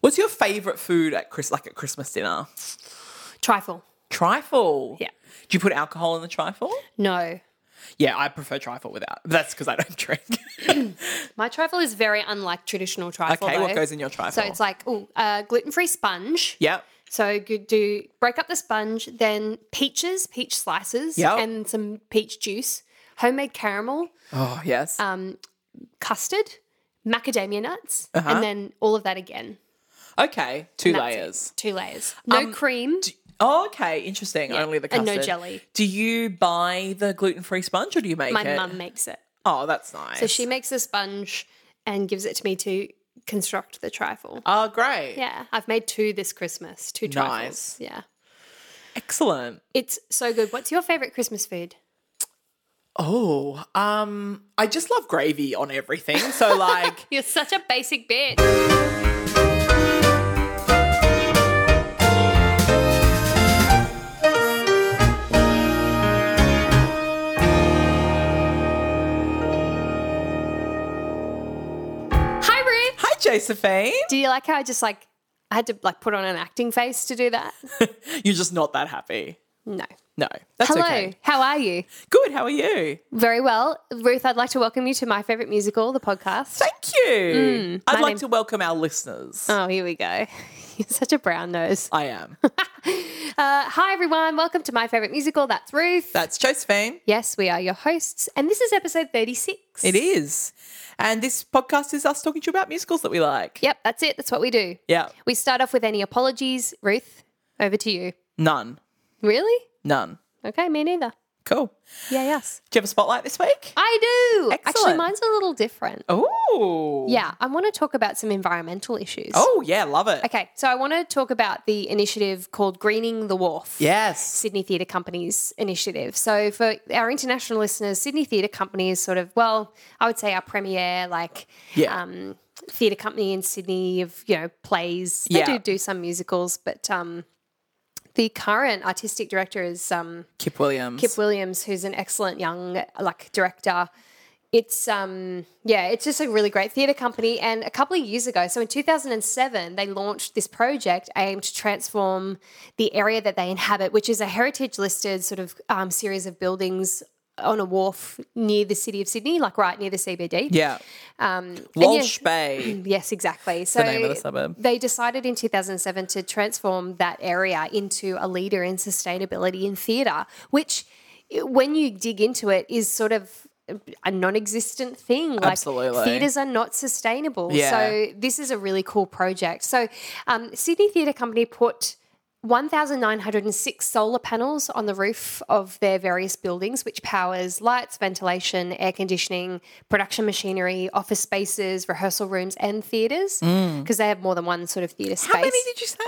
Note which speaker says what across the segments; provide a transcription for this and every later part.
Speaker 1: What's your favourite food at Chris like at Christmas dinner?
Speaker 2: Trifle.
Speaker 1: Trifle.
Speaker 2: Yeah.
Speaker 1: Do you put alcohol in the trifle?
Speaker 2: No.
Speaker 1: Yeah, I prefer trifle without. But that's because I don't drink.
Speaker 2: My trifle is very unlike traditional trifle.
Speaker 1: okay, what
Speaker 2: though.
Speaker 1: goes in your trifle?
Speaker 2: So it's like, oh, uh, gluten free sponge.
Speaker 1: Yep.
Speaker 2: So you do break up the sponge, then peaches, peach slices,
Speaker 1: Yep.
Speaker 2: and some peach juice, homemade caramel,
Speaker 1: Oh yes.
Speaker 2: Um, custard, macadamia nuts, and then all of that again.
Speaker 1: okay, Uh-huh. two
Speaker 2: And that's it.
Speaker 1: layers. Um,
Speaker 2: Two layers. No cream.
Speaker 1: Oh, okay, interesting. Only the
Speaker 2: and
Speaker 1: custard.
Speaker 2: no jelly.
Speaker 1: Do you buy the gluten-free sponge or do you make
Speaker 2: My
Speaker 1: it?
Speaker 2: mum makes it.
Speaker 1: Oh, that's nice.
Speaker 2: So she makes the sponge and gives it to me to construct the trifle.
Speaker 1: Oh, great.
Speaker 2: Yeah, I've made two this Christmas, two trifles.
Speaker 1: Nice.
Speaker 2: Yeah.
Speaker 1: Excellent.
Speaker 2: It's so good. What's your favorite Christmas food?
Speaker 1: Oh, um, I just love gravy on everything. So like,
Speaker 2: You're such a basic bitch. Hi, Ruth.
Speaker 1: hi, Josephine.
Speaker 2: Do you like how I just like I had to like put on an acting face to do that?
Speaker 1: You're just not that happy.
Speaker 2: No.
Speaker 1: No, that's
Speaker 2: Hello.
Speaker 1: okay.
Speaker 2: How are you?
Speaker 1: Good. How are you?
Speaker 2: Very well, Ruth. I'd like to welcome you to my favorite musical, the podcast.
Speaker 1: Thank you. I'd
Speaker 2: Mm, my
Speaker 1: like
Speaker 2: name-
Speaker 1: to welcome our listeners.
Speaker 2: Oh, here we go. You're such a brown nose.
Speaker 1: I am.
Speaker 2: Uh, hi, everyone. Welcome to my favorite musical. That's Ruth.
Speaker 1: That's Josephine.
Speaker 2: yes, we are your hosts, and this is episode 36.
Speaker 1: It is. And this podcast is us talking to you about musicals that we like.
Speaker 2: Yep, that's it. That's what we do.
Speaker 1: Yeah.
Speaker 2: We start off with any apologies. Ruth, over to you.
Speaker 1: None.
Speaker 2: Really?
Speaker 1: None.
Speaker 2: Okay, me neither.
Speaker 1: Cool.
Speaker 2: Yeah, yes.
Speaker 1: Do you have a spotlight this week?
Speaker 2: I do. Actually,
Speaker 1: Excellent.
Speaker 2: mine's a little different.
Speaker 1: Oh.
Speaker 2: Yeah, I want to talk about some environmental issues.
Speaker 1: Oh, yeah. Love it.
Speaker 2: Okay, so I want to talk about the initiative called Greening the Wharf.
Speaker 1: Yes.
Speaker 2: Sydney Theatre Company's initiative. So, for our international listeners, Sydney Theatre Company is sort of, well, I would say our premier, like,
Speaker 1: Yeah.
Speaker 2: um, theatre company in Sydney of, you know, plays. They
Speaker 1: Yeah.
Speaker 2: do do some musicals, but um, the current artistic director is um,
Speaker 1: Kip Williams.
Speaker 2: Kip Williams, who's an excellent young, like, director. It's um yeah, it's just a really great theatre company. And a couple of years ago, so in 2007, they launched this project aimed to transform the area that they inhabit, which is a heritage listed sort of um, series of buildings on a wharf near the city of Sydney, like right near the CBD.
Speaker 1: Yeah.
Speaker 2: Um, and yeah-
Speaker 1: Walsh Bay.
Speaker 2: Yes, exactly. So
Speaker 1: name of the suburb.
Speaker 2: they decided in 2007 to transform that area into a leader in sustainability in theatre, which, eh, when you dig into it, is sort of a non-existent thing. Like
Speaker 1: Absolutely.
Speaker 2: theatres are not sustainable.
Speaker 1: Yeah.
Speaker 2: So this is a really cool project. So um, Sydney Theatre Company put. 1,906 solar panels on the roof of their various buildings, which powers lights, ventilation, air conditioning, production machinery, office spaces, rehearsal rooms, and theatres, because they have more than one sort of theatre space.
Speaker 1: Mm. How many did you say?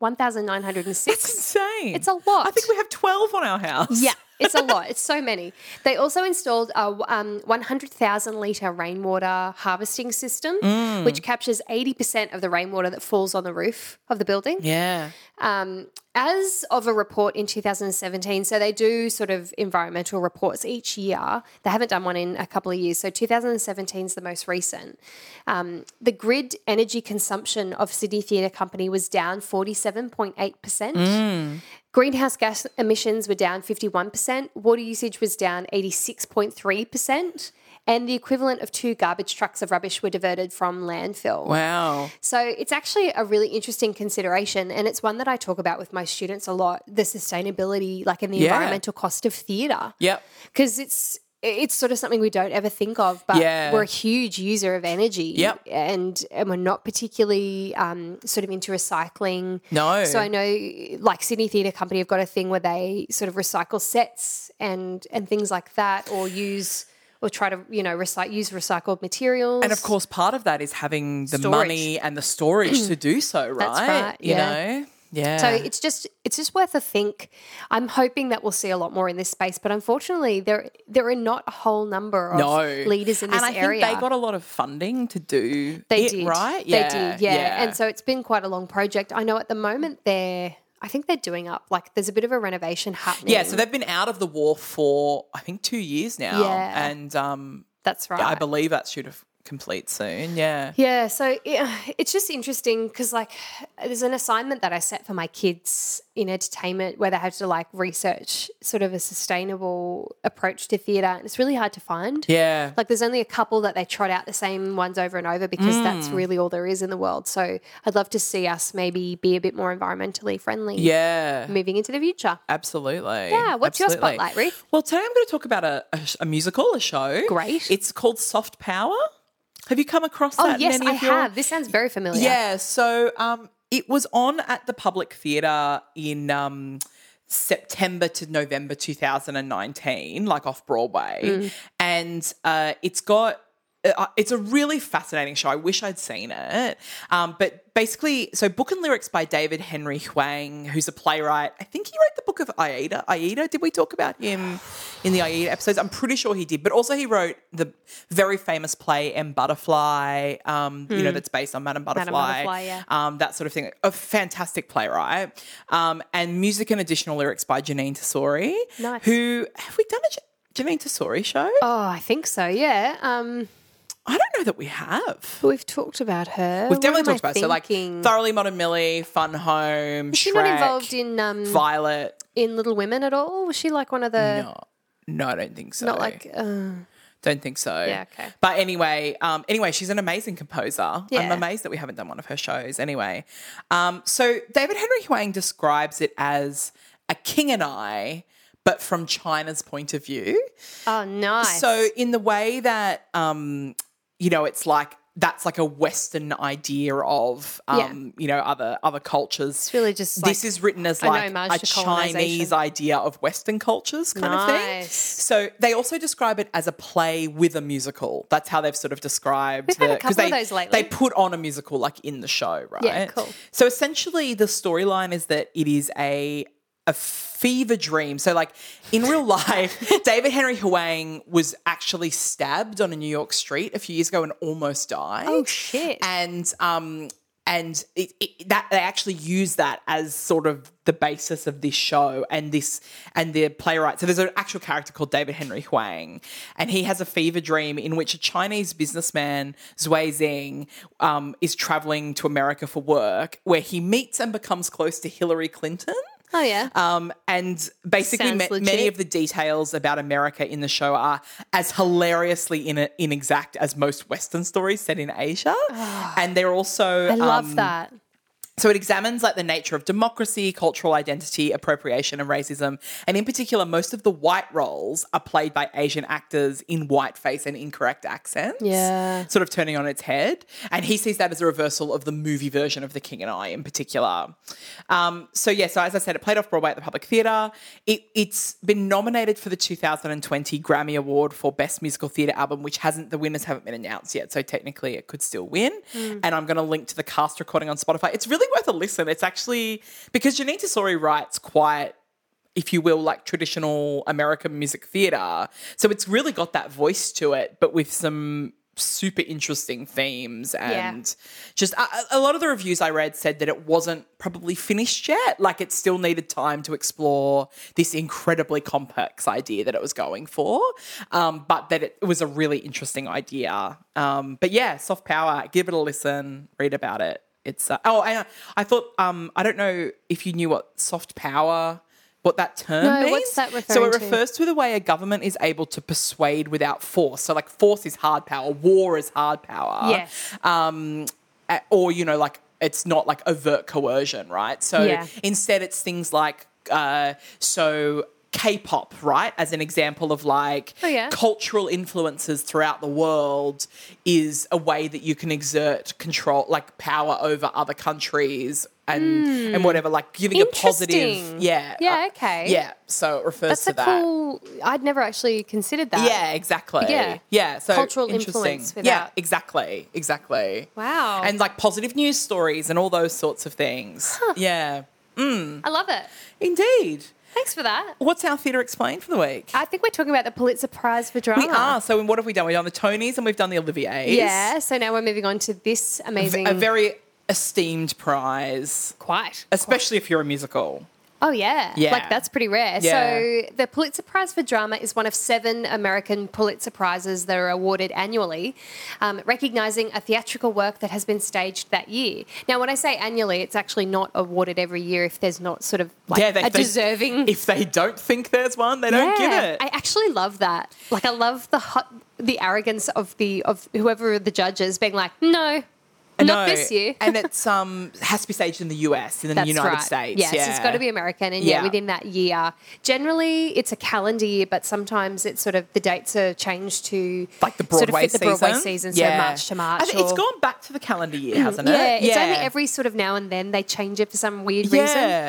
Speaker 2: 1,906.
Speaker 1: It's insane.
Speaker 2: It's a lot.
Speaker 1: I think we have 12 on our house.
Speaker 2: Yeah, it's a lot. It's so many. They also installed a um, 100,000 litre rainwater harvesting system,
Speaker 1: Mm.
Speaker 2: which captures 80% of the rainwater that falls on the roof of the building.
Speaker 1: Yeah.
Speaker 2: Um, as of a report in 2017, so they do sort of environmental reports each year. They haven't done one in a couple of years, so 2017 is the most recent. Um, the grid energy consumption of Sydney Theatre Company was down 47.8%. Greenhouse gas emissions were down 51%, water usage was down 86.3%, and the equivalent of two garbage trucks of rubbish were diverted from landfill.
Speaker 1: Wow.
Speaker 2: So it's actually a really interesting consideration, and it's one that I talk about with my students a lot: the sustainability, like, and the
Speaker 1: Yeah.
Speaker 2: environmental cost of theatre,
Speaker 1: Yep.
Speaker 2: because it's it's sort of something we don't ever think of, but
Speaker 1: Yeah.
Speaker 2: we're a huge user of energy,
Speaker 1: Yep.
Speaker 2: and and we're not particularly um, sort of into recycling.
Speaker 1: No.
Speaker 2: So I know, like Sydney Theatre Company, have got a thing where they sort of recycle sets and and things like that, or use. Or try to you know recycle use recycled materials
Speaker 1: And of course, part of that is having the
Speaker 2: Storage.
Speaker 1: money and the storage to do so, right?
Speaker 2: right,
Speaker 1: You
Speaker 2: yeah.
Speaker 1: know? Yeah.
Speaker 2: So it's just it's just worth a think. I'm hoping that we'll see a lot more in this space, but unfortunately, there there are not a whole number of
Speaker 1: no.
Speaker 2: leaders in this
Speaker 1: and I
Speaker 2: area.
Speaker 1: Think they got a lot of funding to do
Speaker 2: They
Speaker 1: it,
Speaker 2: did,
Speaker 1: right?
Speaker 2: they did, yeah. And so it's been quite a long project. I know at the moment they're I think they're doing up like there's a bit of a renovation happening.
Speaker 1: yeah, so they've been out of the war for I think two years now,
Speaker 2: Yeah.
Speaker 1: and um,
Speaker 2: that's right.
Speaker 1: I believe that's due to f- complete soon. Yeah.
Speaker 2: Yeah, so yeah, it's just interesting because like there's an assignment that I set for my kids in entertainment where they had to like research sort of a sustainable approach to theatre, and it's really hard to find.
Speaker 1: Yeah.
Speaker 2: Like there's only a couple that they trot out the same ones over and over because that's
Speaker 1: Mm.
Speaker 2: really all there is in the world. So I'd love to see us maybe be a bit more environmentally friendly.
Speaker 1: yeah.
Speaker 2: Moving into the future.
Speaker 1: Absolutely.
Speaker 2: Yeah, what's your
Speaker 1: Absolutely.
Speaker 2: spotlight, Ruth?
Speaker 1: Well, today I'm going to talk about a, a, sh- a musical, a show.
Speaker 2: Great.
Speaker 1: It's called Soft Power. Have you come across
Speaker 2: Oh
Speaker 1: that? in
Speaker 2: yes,
Speaker 1: any
Speaker 2: I
Speaker 1: of your-
Speaker 2: have. This sounds very familiar.
Speaker 1: Yeah. So um, it was on at the Public Theatre in um, September to November 2019, like off Broadway.
Speaker 2: Mm.
Speaker 1: And uh, it's got. uh, It's a really fascinating show. I wish I'd seen it. Um, but basically, so book and lyrics by David Henry Huang, who's a playwright. I think he wrote the book of Aida. Aida, did we talk about him in the Aida episodes? I'm pretty sure he did. But also, he wrote the very famous play M Butterfly. Um, You know, that's based on Madame Butterfly.
Speaker 2: Mm. Butterfly, yeah.
Speaker 1: um, that sort of thing. A fantastic playwright. Um, and music and additional lyrics by Janine Tesori.
Speaker 2: Nice.
Speaker 1: Who have we done a Ja- Janine Tesori show?
Speaker 2: Oh, I think so. Yeah. Um,
Speaker 1: I don't know that we have.
Speaker 2: but we've talked about her.
Speaker 1: We've definitely talked about it. so like thoroughly modern Millie, Fun Home,
Speaker 2: She's
Speaker 1: Shrek,
Speaker 2: not involved in um,
Speaker 1: Violet.
Speaker 2: in Little Women at all? Was she like one of the
Speaker 1: No, no, I don't think so.
Speaker 2: not like uh,
Speaker 1: Don't think so.
Speaker 2: Yeah, okay.
Speaker 1: But anyway, um, anyway, she's an amazing composer. I'm
Speaker 2: Yeah.
Speaker 1: amazed that we haven't done one of her shows. Anyway, um, so David Henry Huang describes it as a king and I, but from China's point of view.
Speaker 2: oh nice.
Speaker 1: So in the way that um, you know, it's like that's like a Western idea of um, you know other other cultures. It's
Speaker 2: really just,
Speaker 1: this
Speaker 2: like,
Speaker 1: is written as
Speaker 2: an
Speaker 1: like
Speaker 2: homage
Speaker 1: a
Speaker 2: to colonisation.
Speaker 1: Chinese idea of Western cultures kind of thing.
Speaker 2: Nice.
Speaker 1: So they also describe it as a play with a musical. That's how they've sort of described
Speaker 2: We've had a
Speaker 1: the- 'cause
Speaker 2: couple of
Speaker 1: they,
Speaker 2: those lately.
Speaker 1: They put on a musical like in the show, right?
Speaker 2: Yeah, cool.
Speaker 1: So essentially, the storyline is that it is a a fever dream. So like in real life, David Henry Huang was actually stabbed on a New York street a few years ago and almost died.
Speaker 2: Oh, shit.
Speaker 1: And um and it, it, that they actually use that as sort of the basis of this show and this and the playwright. So there's an actual character called David Henry Huang, and he has a fever dream in which a Chinese businessman Zui Zing um, is traveling to America for work, where he meets and becomes close to Hillary Clinton.
Speaker 2: oh yeah.
Speaker 1: Um, and basically,
Speaker 2: Sounds
Speaker 1: ma- many
Speaker 2: legit.
Speaker 1: of the details about America in the show are as hilariously in inexact as most Western stories set in Asia. and they're also.
Speaker 2: Ah. I love
Speaker 1: um,
Speaker 2: that.
Speaker 1: so it examines like the nature of democracy, cultural identity, appropriation, and racism. And in particular, most of the white roles are played by Asian actors in whiteface and incorrect accents.
Speaker 2: Yeah.
Speaker 1: Sort of turning on its head. And he sees that as a reversal of the movie version of The King and I in particular. Um, so yeah, so as I said, it played off Broadway at the Public Theatre. It, it's been nominated for the 2020 Grammy Award for Best Musical Theatre Album, which hasn't the winners haven't been announced yet. So technically, it could still win. And I'm going to link to the cast recording on Spotify. It's really worth a listen. It's actually because Janita Sori writes quite if you will, like traditional American music theatre. So it's really got that voice to it, but with some super interesting themes and just a, a lot of the reviews I read said that it wasn't probably finished yet. Like it still needed time to explore this incredibly complex idea that it was going for, um, but that it, was a really interesting idea. Um, but yeah, soft power. Give it a listen. Read about it. It's uh, oh, and I thought um, I don't know if you knew what soft power what that term
Speaker 2: No,
Speaker 1: means.
Speaker 2: what's that
Speaker 1: so it
Speaker 2: referring to?
Speaker 1: refers to the way a government is able to persuade without force. So like force is hard power, war is hard power.
Speaker 2: Yes.
Speaker 1: Um, a- or you know like it's not like overt coercion, right? So
Speaker 2: Yeah.
Speaker 1: instead it's things like uh, so K-pop, right? As an example of like
Speaker 2: Oh, yeah.
Speaker 1: cultural influences throughout the world is a way that you can exert control like power over other countries and and whatever like giving a positive
Speaker 2: Hmm. Interesting.
Speaker 1: yeah.
Speaker 2: Yeah,
Speaker 1: uh,
Speaker 2: okay.
Speaker 1: Yeah. So it refers
Speaker 2: That's
Speaker 1: to
Speaker 2: a
Speaker 1: that.
Speaker 2: cool. I'd never actually considered that.
Speaker 1: yeah, exactly.
Speaker 2: Yeah.
Speaker 1: Yeah. So
Speaker 2: Cultural
Speaker 1: interesting.
Speaker 2: influence
Speaker 1: Yeah,
Speaker 2: without-
Speaker 1: exactly. Exactly.
Speaker 2: Wow.
Speaker 1: And like positive news stories and all those sorts of things. Yeah.
Speaker 2: I love it.
Speaker 1: Indeed.
Speaker 2: Thanks for that.
Speaker 1: What's our theatre explained for the week?
Speaker 2: I think we're talking about the Pulitzer Prize for drama.
Speaker 1: we are. So what have we done? We've done the Tonys and we've done the Olivier's.
Speaker 2: Yeah. So now we're moving on to this amazing.
Speaker 1: A very esteemed prize,
Speaker 2: quite.
Speaker 1: especially if you're a musical.
Speaker 2: Oh yeah.
Speaker 1: Yeah.
Speaker 2: Like that's pretty rare.
Speaker 1: Yeah.
Speaker 2: So the Pulitzer Prize for Drama is one of seven American Pulitzer Prizes that are awarded annually, um, recognizing a theatrical work that has been staged that year. Now, when I say annually, it's actually not awarded every year if there's not sort of like
Speaker 1: yeah, they,
Speaker 2: a
Speaker 1: they-
Speaker 2: deserving.
Speaker 1: If they don't think there's one, they don't
Speaker 2: Yeah.
Speaker 1: get it.
Speaker 2: I actually love that. Like I love the hot, the arrogance of the of whoever the judge is being like, no, not
Speaker 1: No,
Speaker 2: this year.
Speaker 1: and it's um has to be staged in the US, in the
Speaker 2: That's
Speaker 1: United
Speaker 2: right.
Speaker 1: States.
Speaker 2: Yes,
Speaker 1: yeah.
Speaker 2: it's got to be American, and yeah.
Speaker 1: Yeah.
Speaker 2: within that year. Generally, it's a calendar year, but sometimes it's sort of the dates are changed to
Speaker 1: like the
Speaker 2: sort of
Speaker 1: Broadway
Speaker 2: fit the
Speaker 1: season.
Speaker 2: Broadway season, so March to March.
Speaker 1: I think it's
Speaker 2: or- Mm-hmm.
Speaker 1: gone back to the calendar year, hasn't it?
Speaker 2: Yeah, it's only every sort of now and then they change it for some weird
Speaker 1: Yeah.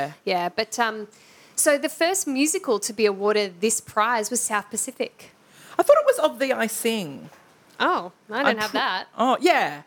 Speaker 2: reason. Yeah, but um, so the first musical to be awarded this prize was South Pacific.
Speaker 1: I thought it was of the I Sing.
Speaker 2: Oh, I don't
Speaker 1: I'm
Speaker 2: have
Speaker 1: pre-
Speaker 2: that.
Speaker 1: Oh yeah,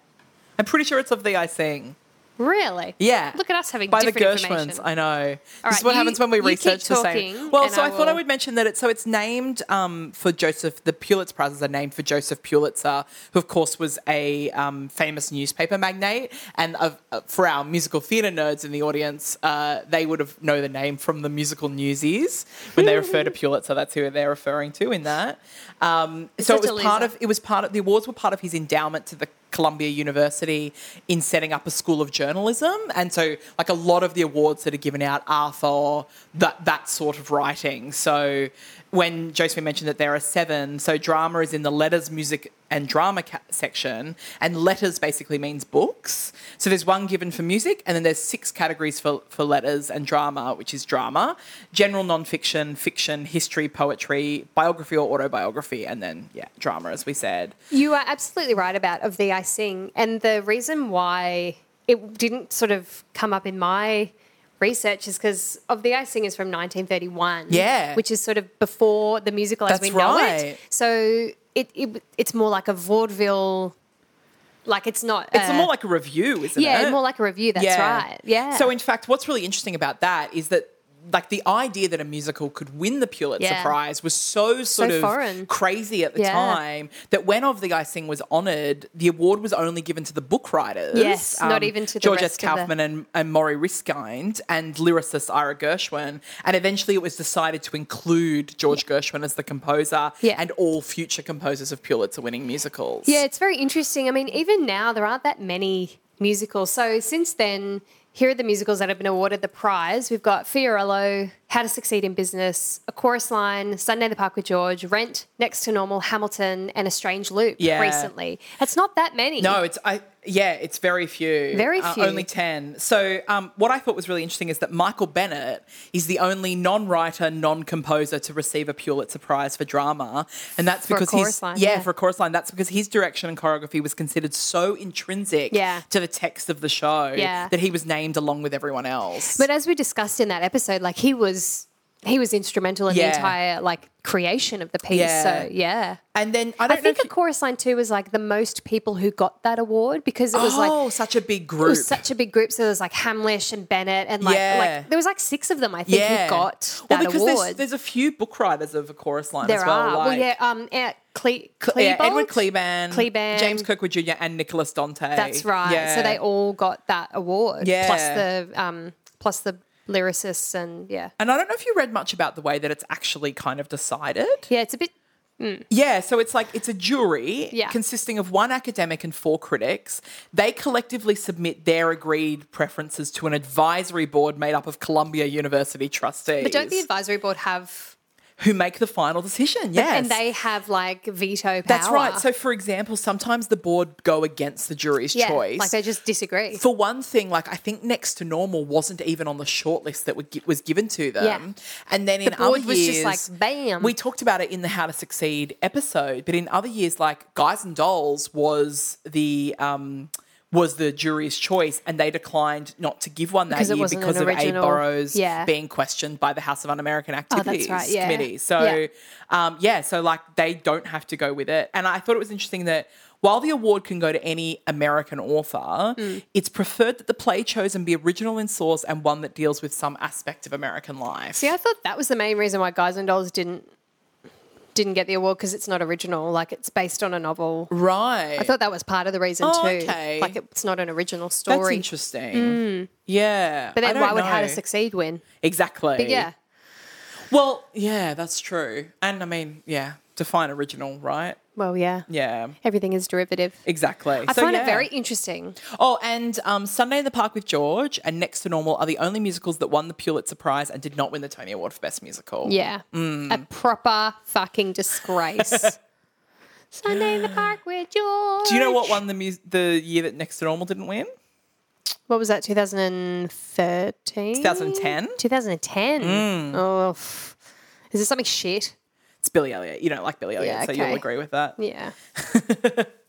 Speaker 1: I'm pretty sure it's of the I Sing.
Speaker 2: Really?
Speaker 1: Yeah.
Speaker 2: Look at us having
Speaker 1: By the
Speaker 2: different
Speaker 1: Gershwins,
Speaker 2: information.
Speaker 1: I know. this
Speaker 2: right,
Speaker 1: is what
Speaker 2: you-
Speaker 1: happens when we
Speaker 2: you keep
Speaker 1: research the same.
Speaker 2: talking,
Speaker 1: Well,
Speaker 2: and
Speaker 1: so I,
Speaker 2: I
Speaker 1: thought I
Speaker 2: will-
Speaker 1: would mention that it's so it's named um, for Joseph. The Pulitzer Prizes are named for Joseph Pulitzer, who of course was a um, famous newspaper magnate. And of, uh, for our musical theatre nerds in the audience, uh, they would have know the name from the musical Newsies when they refer to Pulitzer. That's who they're referring to in that. Um, so it
Speaker 2: such
Speaker 1: was
Speaker 2: a
Speaker 1: part
Speaker 2: loser.
Speaker 1: of it was part of the awards were part of his endowment to the Columbia University in setting up a school of journalism, and so like a lot of the awards that are given out are for that that sort of writing. So when Josephine mentioned that there are seven, so drama is in the letters, music, and drama ca- section, and letters basically means books. So there's one given for music, and then there's six categories for for letters and drama, which is drama, general nonfiction, fiction, history, poetry, biography or autobiography, and then yeah, drama as we said.
Speaker 2: You are absolutely right about of the I sing, and the reason why it didn't sort of come up in my research is because of the I sing is from 1931,
Speaker 1: Yeah.
Speaker 2: which is sort of before the musical as
Speaker 1: That's
Speaker 2: we know
Speaker 1: right.
Speaker 2: it. So it, it it's more like a vaudeville, like it's not.
Speaker 1: It's more like a review, isn't it?
Speaker 2: yeah, more like a review. That's right. Yeah.
Speaker 1: So in fact, what's really interesting about that is that like the idea that a musical could win the Pulitzer
Speaker 2: Yeah.
Speaker 1: Prize was so sort of
Speaker 2: foreign.
Speaker 1: crazy at the
Speaker 2: Yeah.
Speaker 1: time that when Of the I Sing was honoured, the award was only given to the book writers. Um,
Speaker 2: Yes, not even to the
Speaker 1: George S.
Speaker 2: rest of the-
Speaker 1: Kaufman and, and Maury Riskind and lyricist Ira Gershwin. And eventually it was decided to include George Gershwin as the composer
Speaker 2: Yeah.
Speaker 1: and all future composers of Pulitzer winning musicals.
Speaker 2: Yeah, it's very interesting. I mean, even now there aren't that many musicals. So since then, here are the musicals that have been awarded the prize. We've got Fiorello, How to Succeed in Business, A Chorus Line, Sunday in the Park with George, Rent, Next to Normal, Hamilton, and A Strange Loop
Speaker 1: Yeah.
Speaker 2: recently. It's not that many.
Speaker 1: No, it's I yeah, it's very few.
Speaker 2: Very
Speaker 1: Uh,
Speaker 2: few.
Speaker 1: only ten. So um, what I thought was really interesting is that Michael Bennett is the only non-writer, non-composer to receive a Pulitzer Prize for drama, and that's
Speaker 2: For a
Speaker 1: because
Speaker 2: chorus
Speaker 1: he's
Speaker 2: line,
Speaker 1: yeah,
Speaker 2: yeah.
Speaker 1: for a chorus line. That's because his direction and choreography was considered so intrinsic
Speaker 2: Yeah.
Speaker 1: to the text of the show
Speaker 2: Yeah.
Speaker 1: that he was named along with everyone else.
Speaker 2: But as we discussed in that episode, like he was he was instrumental in
Speaker 1: Yeah.
Speaker 2: the entire like creation of the piece.
Speaker 1: Yeah.
Speaker 2: So yeah.
Speaker 1: and then I
Speaker 2: I
Speaker 1: don't know.
Speaker 2: think a chorus line too was like the most people who got that award because it was
Speaker 1: oh,
Speaker 2: like
Speaker 1: such a big
Speaker 2: It
Speaker 1: group.
Speaker 2: was such a big group. So there was like Hamlish and Bennett, and like,
Speaker 1: Yeah.
Speaker 2: like there was like six of them, I think, who got that
Speaker 1: well, because
Speaker 2: award.
Speaker 1: There's, there's a few book writers of a chorus line
Speaker 2: there
Speaker 1: as well.
Speaker 2: are.
Speaker 1: like-
Speaker 2: well, yeah, um, yeah, Cle-
Speaker 1: Yeah,
Speaker 2: Klebold?
Speaker 1: Edward Cleban,
Speaker 2: Cleban.
Speaker 1: James Kirkwood Jr., and Nicholas Dante.
Speaker 2: That's right.
Speaker 1: Yeah.
Speaker 2: So they all got that award.
Speaker 1: Yeah.
Speaker 2: Plus the um, plus the lyricists and yeah,
Speaker 1: And I don't know if you read much about the way that it's actually kind of decided.
Speaker 2: yeah. It's a bit
Speaker 1: Yeah, so it's like it's a jury
Speaker 2: Yeah.
Speaker 1: consisting of one academic and four critics. They collectively submit their agreed preferences to an advisory board made up of Columbia University trustees
Speaker 2: But don't the advisory board have?
Speaker 1: who make the final decision. Yes.
Speaker 2: And they have like veto power.
Speaker 1: That's right. So, for example, sometimes the board go against the jury's
Speaker 2: yeah,
Speaker 1: choice.
Speaker 2: like they just disagree.
Speaker 1: For one thing, like I think Next to Normal wasn't even on the shortlist that would gi- was given to them. And then in
Speaker 2: board
Speaker 1: other
Speaker 2: was just
Speaker 1: years,
Speaker 2: like, bam.
Speaker 1: We talked about it in the How to Succeed episode, but in other years, like Guys and Dolls was the um was the jury's choice, and they declined not to give one that
Speaker 2: Because it
Speaker 1: year
Speaker 2: wasn't an
Speaker 1: because of Abe
Speaker 2: original-
Speaker 1: Burrows
Speaker 2: yeah. Oh,
Speaker 1: being questioned by the House of Un-American Activities
Speaker 2: right, yeah.
Speaker 1: Committee. So
Speaker 2: Yeah.
Speaker 1: um, yeah, so like they don't have to go with it. And I thought it was interesting that while the award can go to any American author,
Speaker 2: Mm.
Speaker 1: it's preferred that the play chosen be original in source and one that deals with some aspect of American life.
Speaker 2: See, I thought that was the main reason why Guys and Dolls didn't didn't get the award because it's not original. Like it's based on a novel.
Speaker 1: Right.
Speaker 2: I thought that was part of the reason
Speaker 1: Oh,
Speaker 2: too.
Speaker 1: okay.
Speaker 2: Like it's not an original
Speaker 1: That's
Speaker 2: story. Mm.
Speaker 1: interesting. Yeah.
Speaker 2: But
Speaker 1: I
Speaker 2: then
Speaker 1: don't
Speaker 2: why would
Speaker 1: know.
Speaker 2: How to Succeed win?
Speaker 1: Exactly.
Speaker 2: But yeah.
Speaker 1: Well, yeah, that's true. And I mean, yeah, define original, right?
Speaker 2: Well, yeah.
Speaker 1: Yeah.
Speaker 2: Everything is derivative.
Speaker 1: Exactly.
Speaker 2: I find it very interesting.
Speaker 1: Oh, and um, Sunday in the Park with George and Next to Normal are the only musicals that won the Pulitzer Prize and did not win the Tony Award for Best Musical.
Speaker 2: Yeah.
Speaker 1: Mm.
Speaker 2: A proper fucking disgrace. Sunday in the park with George.
Speaker 1: Do you know what won the mu- the year that Next to Normal didn't win?
Speaker 2: What was that, 2013?
Speaker 1: 2010.
Speaker 2: 2010.
Speaker 1: Mm.
Speaker 2: Oh, pff. is this something shit?
Speaker 1: It's Billy Elliot. You don't like Billy Elliot,
Speaker 2: Yeah,
Speaker 1: so you'll
Speaker 2: okay.
Speaker 1: agree with that.
Speaker 2: Yeah.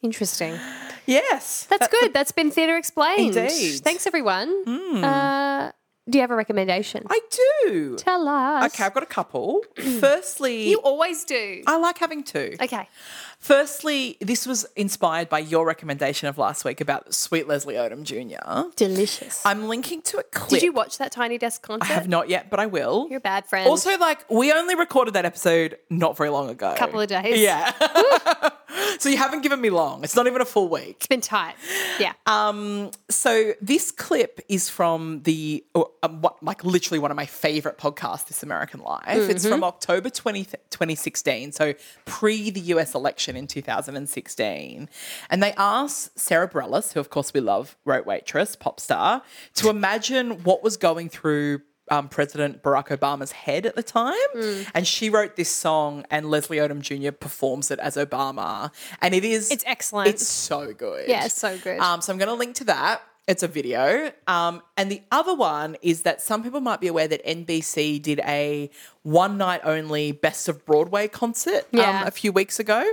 Speaker 2: Interesting.
Speaker 1: Yes.
Speaker 2: That's good. That's been Theatre Explained.
Speaker 1: Indeed. Hmm.
Speaker 2: Thanks, everyone. Uh, do you have a recommendation?
Speaker 1: I do.
Speaker 2: Tell us.
Speaker 1: Okay, I've got a couple. Firstly,
Speaker 2: You always do.
Speaker 1: I like having two.
Speaker 2: Okay.
Speaker 1: Firstly, this was inspired by your recommendation of last week about Sweet Leslie Odom Jr.
Speaker 2: Delicious.
Speaker 1: I'm linking to a clip.
Speaker 2: Did you watch that Tiny Desk concert?
Speaker 1: I have not yet, but I will.
Speaker 2: You're a bad friend.
Speaker 1: Also, like, we only recorded that episode not very long ago. A
Speaker 2: couple of days.
Speaker 1: Yeah. so you haven't given me long. It's not even a full week.
Speaker 2: It's been tight. Yeah.
Speaker 1: Uh, So this clip is from the, or, um, what, like, literally one of my favorite podcasts, This American Life. It's
Speaker 2: Mm-hmm.
Speaker 1: from October 20, 2016, so pre the US election in 2016. And they asked Sarah Bareilles, who, of course, we love, wrote Waitress, pop star, to imagine what was going through um, President Barack Obama's head at the time.
Speaker 2: Mm.
Speaker 1: And she wrote this song, and Leslie Odom Jr. performs it as Obama. And it is.
Speaker 2: It's excellent.
Speaker 1: It's so good.
Speaker 2: Yeah, it's so good.
Speaker 1: Um, so I'm going to link to that. It's a video. Um, and the other one is that some people might be aware that NBC did a one night only Best of Broadway concert um,
Speaker 2: Yeah.
Speaker 1: a few weeks ago.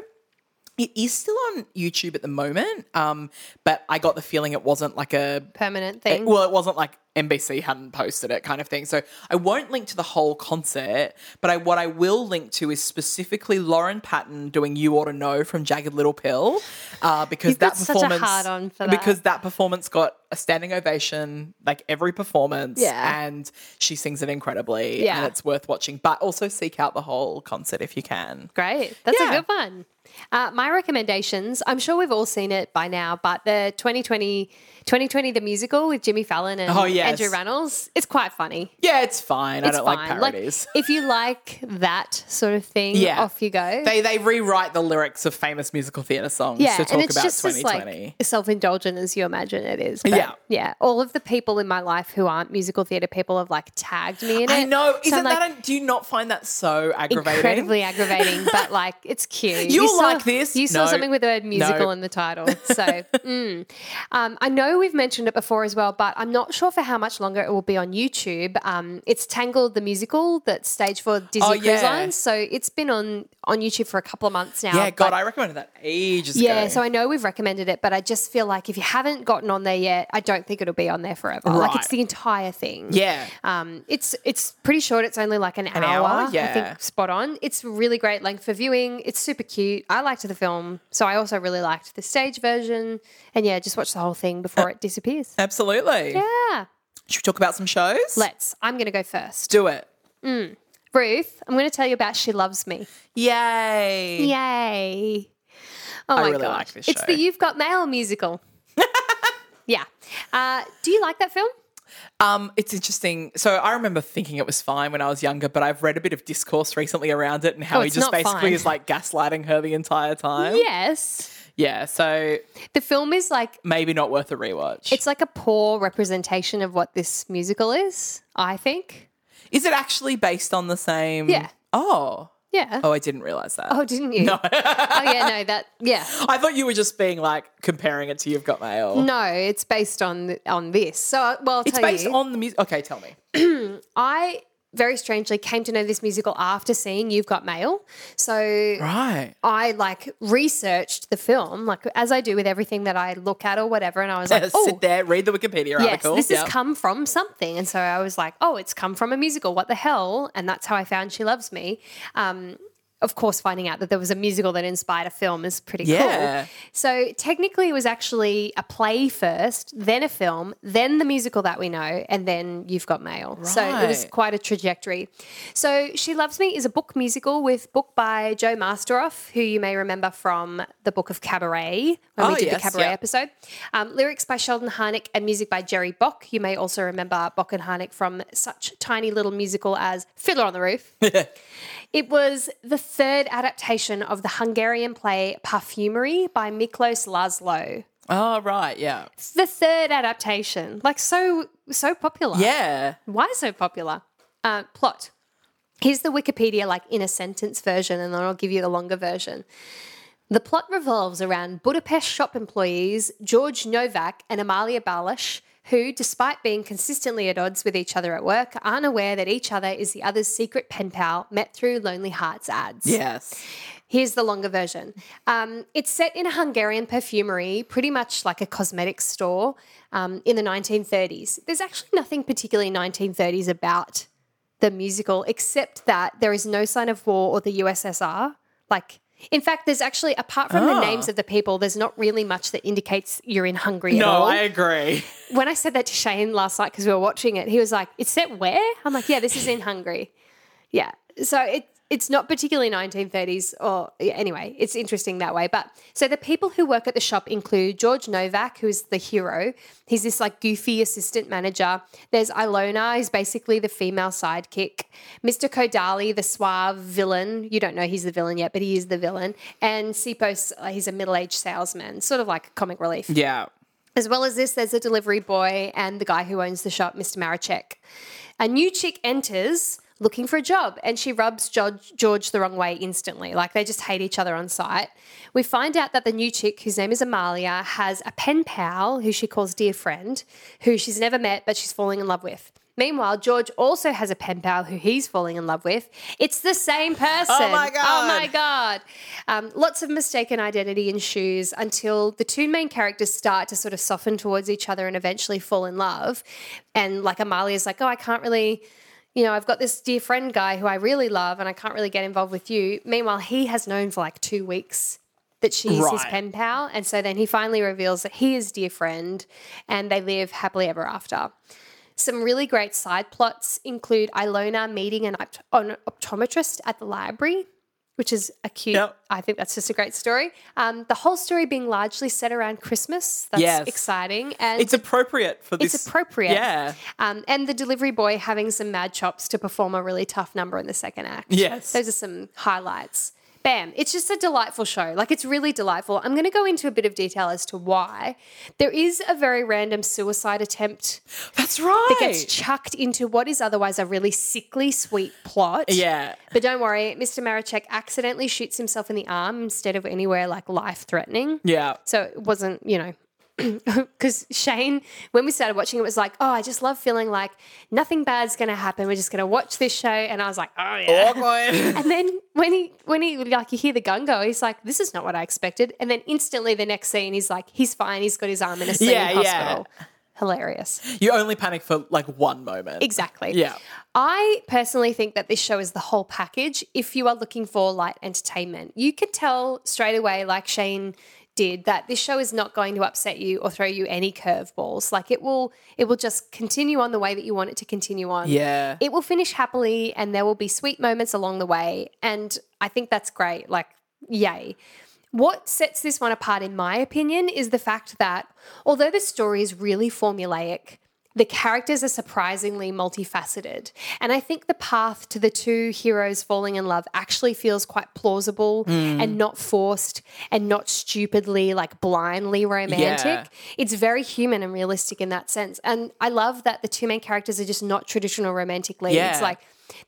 Speaker 1: It is still on YouTube at the moment, um, but I got the feeling it wasn't like a
Speaker 2: Permanent thing.
Speaker 1: well, it wasn't like NBC hadn't posted it kind of thing. So I won't link to the whole concert, but I, what I will link to is specifically Lauren Patton doing "You Ought to Know" from Jagged Little Pill, uh, because
Speaker 2: You've
Speaker 1: that
Speaker 2: got such a
Speaker 1: performance
Speaker 2: hard-on for that.
Speaker 1: because that performance got a standing ovation like every performance,
Speaker 2: Yeah.
Speaker 1: and she sings it incredibly,
Speaker 2: Yeah.
Speaker 1: and it's worth watching. But also seek out the whole concert if you can.
Speaker 2: Great. That's
Speaker 1: Yeah.
Speaker 2: a good one. Uh, my recommendations, I'm sure we've all seen it by now, but the 2020, 2020 the musical with Jimmy Fallon and
Speaker 1: Oh, yes.
Speaker 2: Andrew Reynolds, it's quite funny.
Speaker 1: Yeah, it's fine.
Speaker 2: It's
Speaker 1: I don't
Speaker 2: fine.
Speaker 1: like parodies.
Speaker 2: if you like that sort of thing,
Speaker 1: Yeah.
Speaker 2: off you go.
Speaker 1: they they rewrite the lyrics of famous musical theatre songs
Speaker 2: yeah,
Speaker 1: to talk
Speaker 2: and it's
Speaker 1: about
Speaker 2: just as
Speaker 1: 2020.
Speaker 2: like self-indulgent as you imagine it is. But,
Speaker 1: Yeah.
Speaker 2: yeah. All of the people in my life who aren't musical theatre people have like tagged me in it.
Speaker 1: I know.
Speaker 2: So I'm
Speaker 1: Isn't
Speaker 2: like,
Speaker 1: that? A, do you not find that so aggravating?
Speaker 2: incredibly aggravating, but like it's cute.
Speaker 1: You'll
Speaker 2: saw-
Speaker 1: like this.
Speaker 2: You saw
Speaker 1: No.
Speaker 2: something with the word musical
Speaker 1: No.
Speaker 2: in the title, so mm. um, I know we've mentioned it before as well, but I'm not sure for how much longer it will be on YouTube. Um, it's Tangled the musical that's staged for Disney
Speaker 1: Oh,
Speaker 2: Cruise
Speaker 1: yeah.
Speaker 2: Lines, so it's been on on YouTube for a couple of months now.
Speaker 1: Yeah, God,
Speaker 2: but-
Speaker 1: I recommended that ages ago.
Speaker 2: yeah, so I know we've recommended it, but I just feel like if you haven't gotten on there yet, I don't think it'll be on there forever. Like
Speaker 1: Right.
Speaker 2: it's the entire thing.
Speaker 1: yeah,
Speaker 2: Um, it's it's pretty short. It's only like an, hour.
Speaker 1: hour?
Speaker 2: I
Speaker 1: Yeah.
Speaker 2: think spot on. It's really great length for viewing. It's super cute. I liked the film, so I also really liked the stage version. And yeah, just watch the whole thing before it disappears.
Speaker 1: absolutely.
Speaker 2: Yeah,
Speaker 1: Should we talk about some shows?
Speaker 2: let's. I'm gonna go first.
Speaker 1: do it.
Speaker 2: Ruth, I'm gonna tell you about She Loves Me.
Speaker 1: Yay!
Speaker 2: Yay! Oh my
Speaker 1: really
Speaker 2: gosh.
Speaker 1: like this
Speaker 2: It's
Speaker 1: show.
Speaker 2: the You've Got Mail musical. yeah. Uh, do you like that film?
Speaker 1: Um, it's interesting. So I remember thinking it was fine when I was younger, but I've read a bit of discourse recently around it and how
Speaker 2: Oh,
Speaker 1: he
Speaker 2: it's
Speaker 1: just
Speaker 2: not
Speaker 1: basically
Speaker 2: fine.
Speaker 1: is like gaslighting her the entire time.
Speaker 2: Yes.
Speaker 1: Yeah, So
Speaker 2: The film is like
Speaker 1: maybe not worth a rewatch.
Speaker 2: It's like a poor representation of what this musical is, I think.
Speaker 1: is it actually based on the same?
Speaker 2: Yeah.
Speaker 1: Oh.
Speaker 2: Yeah.
Speaker 1: Oh, I didn't realize that.
Speaker 2: Oh, didn't you? No. oh, yeah, no, that, yeah.
Speaker 1: I thought you were just being like comparing it to You've Got Mail.
Speaker 2: No, it's based on th- on this. So, uh, well, I'll
Speaker 1: It's
Speaker 2: tell
Speaker 1: based
Speaker 2: you,
Speaker 1: on the music. Okay, tell me.
Speaker 2: I very strangely came to know this musical after seeing You've Got Mail. So,
Speaker 1: Right.
Speaker 2: I like researched the film, like as I do with everything that I look at or whatever, and I was like, oh,
Speaker 1: Uh, Sit there, read the Wikipedia
Speaker 2: Yes,
Speaker 1: article.
Speaker 2: this
Speaker 1: Yep.
Speaker 2: has come from something. And so I was like, oh, it's come from a musical. What the hell? And that's how I found She Loves Me. Um, of course, finding out that there was a musical that inspired a film is pretty
Speaker 1: Yeah.
Speaker 2: cool. So technically, it was actually a play first, then a film, then the musical that we know, and then You've Got Mail. So it was
Speaker 1: Right.
Speaker 2: quite a trajectory. So She Loves Me is a book musical with book by Joe Masteroff, who you may remember from the book of Cabaret when
Speaker 1: Oh,
Speaker 2: we did
Speaker 1: yes,
Speaker 2: the Cabaret
Speaker 1: yeah.
Speaker 2: episode. Um, lyrics by Sheldon Harnick and music by Jerry Bock. You may also remember Bock and Harnick from such tiny little musical as Fiddler on the Roof. It was the third adaptation of the Hungarian play Parfumery by Miklos Laszlo.
Speaker 1: Oh, right. Yeah.
Speaker 2: It's the third adaptation. Like so so popular.
Speaker 1: Yeah.
Speaker 2: Why so popular? Uh, plot. Here's the Wikipedia like in a sentence version and then I'll give you the longer version. The plot revolves around Budapest shop employees George Novak and Amalia Balish, who, despite being consistently at odds with each other at work, aren't aware that each other is the other's secret pen pal met through Lonely Hearts ads.
Speaker 1: Yes.
Speaker 2: Here's the longer version. Um, it's set in a Hungarian perfumery, pretty much like a cosmetics store um, in the 1930s. There's actually nothing particularly 1930s about the musical, except that there is no sign of war or the USSR. Like, in fact, there's actually, apart from the
Speaker 1: Ah.
Speaker 2: names of the people, there's not really much that indicates you're in Hungary at
Speaker 1: No,
Speaker 2: all.
Speaker 1: I agree.
Speaker 2: When I said that to Shane last night because we were watching it, he was like, "It's set where?" I'm like, "Yeah, this is in Hungary." Yeah, so it it's not particularly 1930s or yeah, anyway, it's interesting that way. But so the people who work at the shop include George Novak, who's the hero. He's this like goofy assistant manager. There's Ilona, who's basically the female sidekick. Mr. Kodali, the suave villain. You don't know he's the villain yet, but he is the villain. And Sipos, uh, he's a middle-aged salesman, sort of like comic relief.
Speaker 1: Yeah.
Speaker 2: As well as this, there's a delivery boy and the guy who owns the shop, Mr. Marachek. A new chick enters looking for a job and she rubs George, George the wrong way instantly. Like they just hate each other on sight. We find out that the new chick, whose name is Amalia, has a pen pal who she calls dear friend, who she's never met but she's falling in love with. Meanwhile, George also has a pen pal who he's falling in love with. It's the same person.
Speaker 1: Oh my
Speaker 2: Oh
Speaker 1: God.
Speaker 2: my God. Um, lots of mistaken identity ensues until the two main characters start to sort of soften towards each other and eventually fall in love. And like Amalia's like, oh, I can't really, you know, I've got this dear friend guy who I really love and I can't really get involved with you. Meanwhile, he has known for like two weeks that she's his
Speaker 1: Right.
Speaker 2: pen pal. And so then he finally reveals that he is dear friend and they live happily ever after. Some really great side plots include Ilona meeting an, opt- an optometrist at the library, which is a cute.
Speaker 1: Yep.
Speaker 2: I think that's just a great story. Um, the whole story being largely set around Christmas. That's
Speaker 1: Yes.
Speaker 2: exciting, and
Speaker 1: It's appropriate for this.
Speaker 2: it's appropriate.
Speaker 1: Yeah.
Speaker 2: Um, and the delivery boy having some mad chops to perform a really tough number in the second act.
Speaker 1: Yes.
Speaker 2: Those are some highlights. Bam. It's just a delightful show. Like, it's really delightful. I'm going to go into a bit of detail as to why. There is a very random suicide attempt
Speaker 1: That's right.
Speaker 2: gets chucked into what is otherwise a really sickly sweet plot.
Speaker 1: yeah.
Speaker 2: But don't worry, Mr. Marachek accidentally shoots himself in the arm instead of anywhere like life threatening.
Speaker 1: Yeah.
Speaker 2: So it wasn't, you know, because Shane, when we started watching it, was like, oh, I just love feeling like nothing bad's going to happen. We're just going to watch this show. And I was like, oh, yeah.
Speaker 1: Awkward.
Speaker 2: And then when he, when he, like, you hear the gun go, he's like, this is not what I expected. And then instantly the next scene, he's like, he's fine. He's got his arm in a sleeping
Speaker 1: Yeah, yeah.
Speaker 2: hospital. Hilarious.
Speaker 1: you only panic for like one moment.
Speaker 2: Exactly.
Speaker 1: Yeah.
Speaker 2: I personally think that this show is the whole package. If you are looking for light entertainment, you can tell straight away, like Shane did, that this show is not going to upset you or throw you any curveballs. Like it will, it will just continue on the way that you want it to continue on.
Speaker 1: Yeah.
Speaker 2: It will finish happily, and there will be sweet moments along the way, and I think that's great. Like, yay. What sets this one apart, in my opinion, is the fact that although the story is really formulaic, the characters are surprisingly multifaceted. And I think the path to the two heroes falling in love actually feels quite plausible and not forced and not stupidly, like blindly romantic. It's very human and realistic in that sense. And I love that the two main characters are just not traditional romantic leads.
Speaker 1: Yeah.
Speaker 2: Like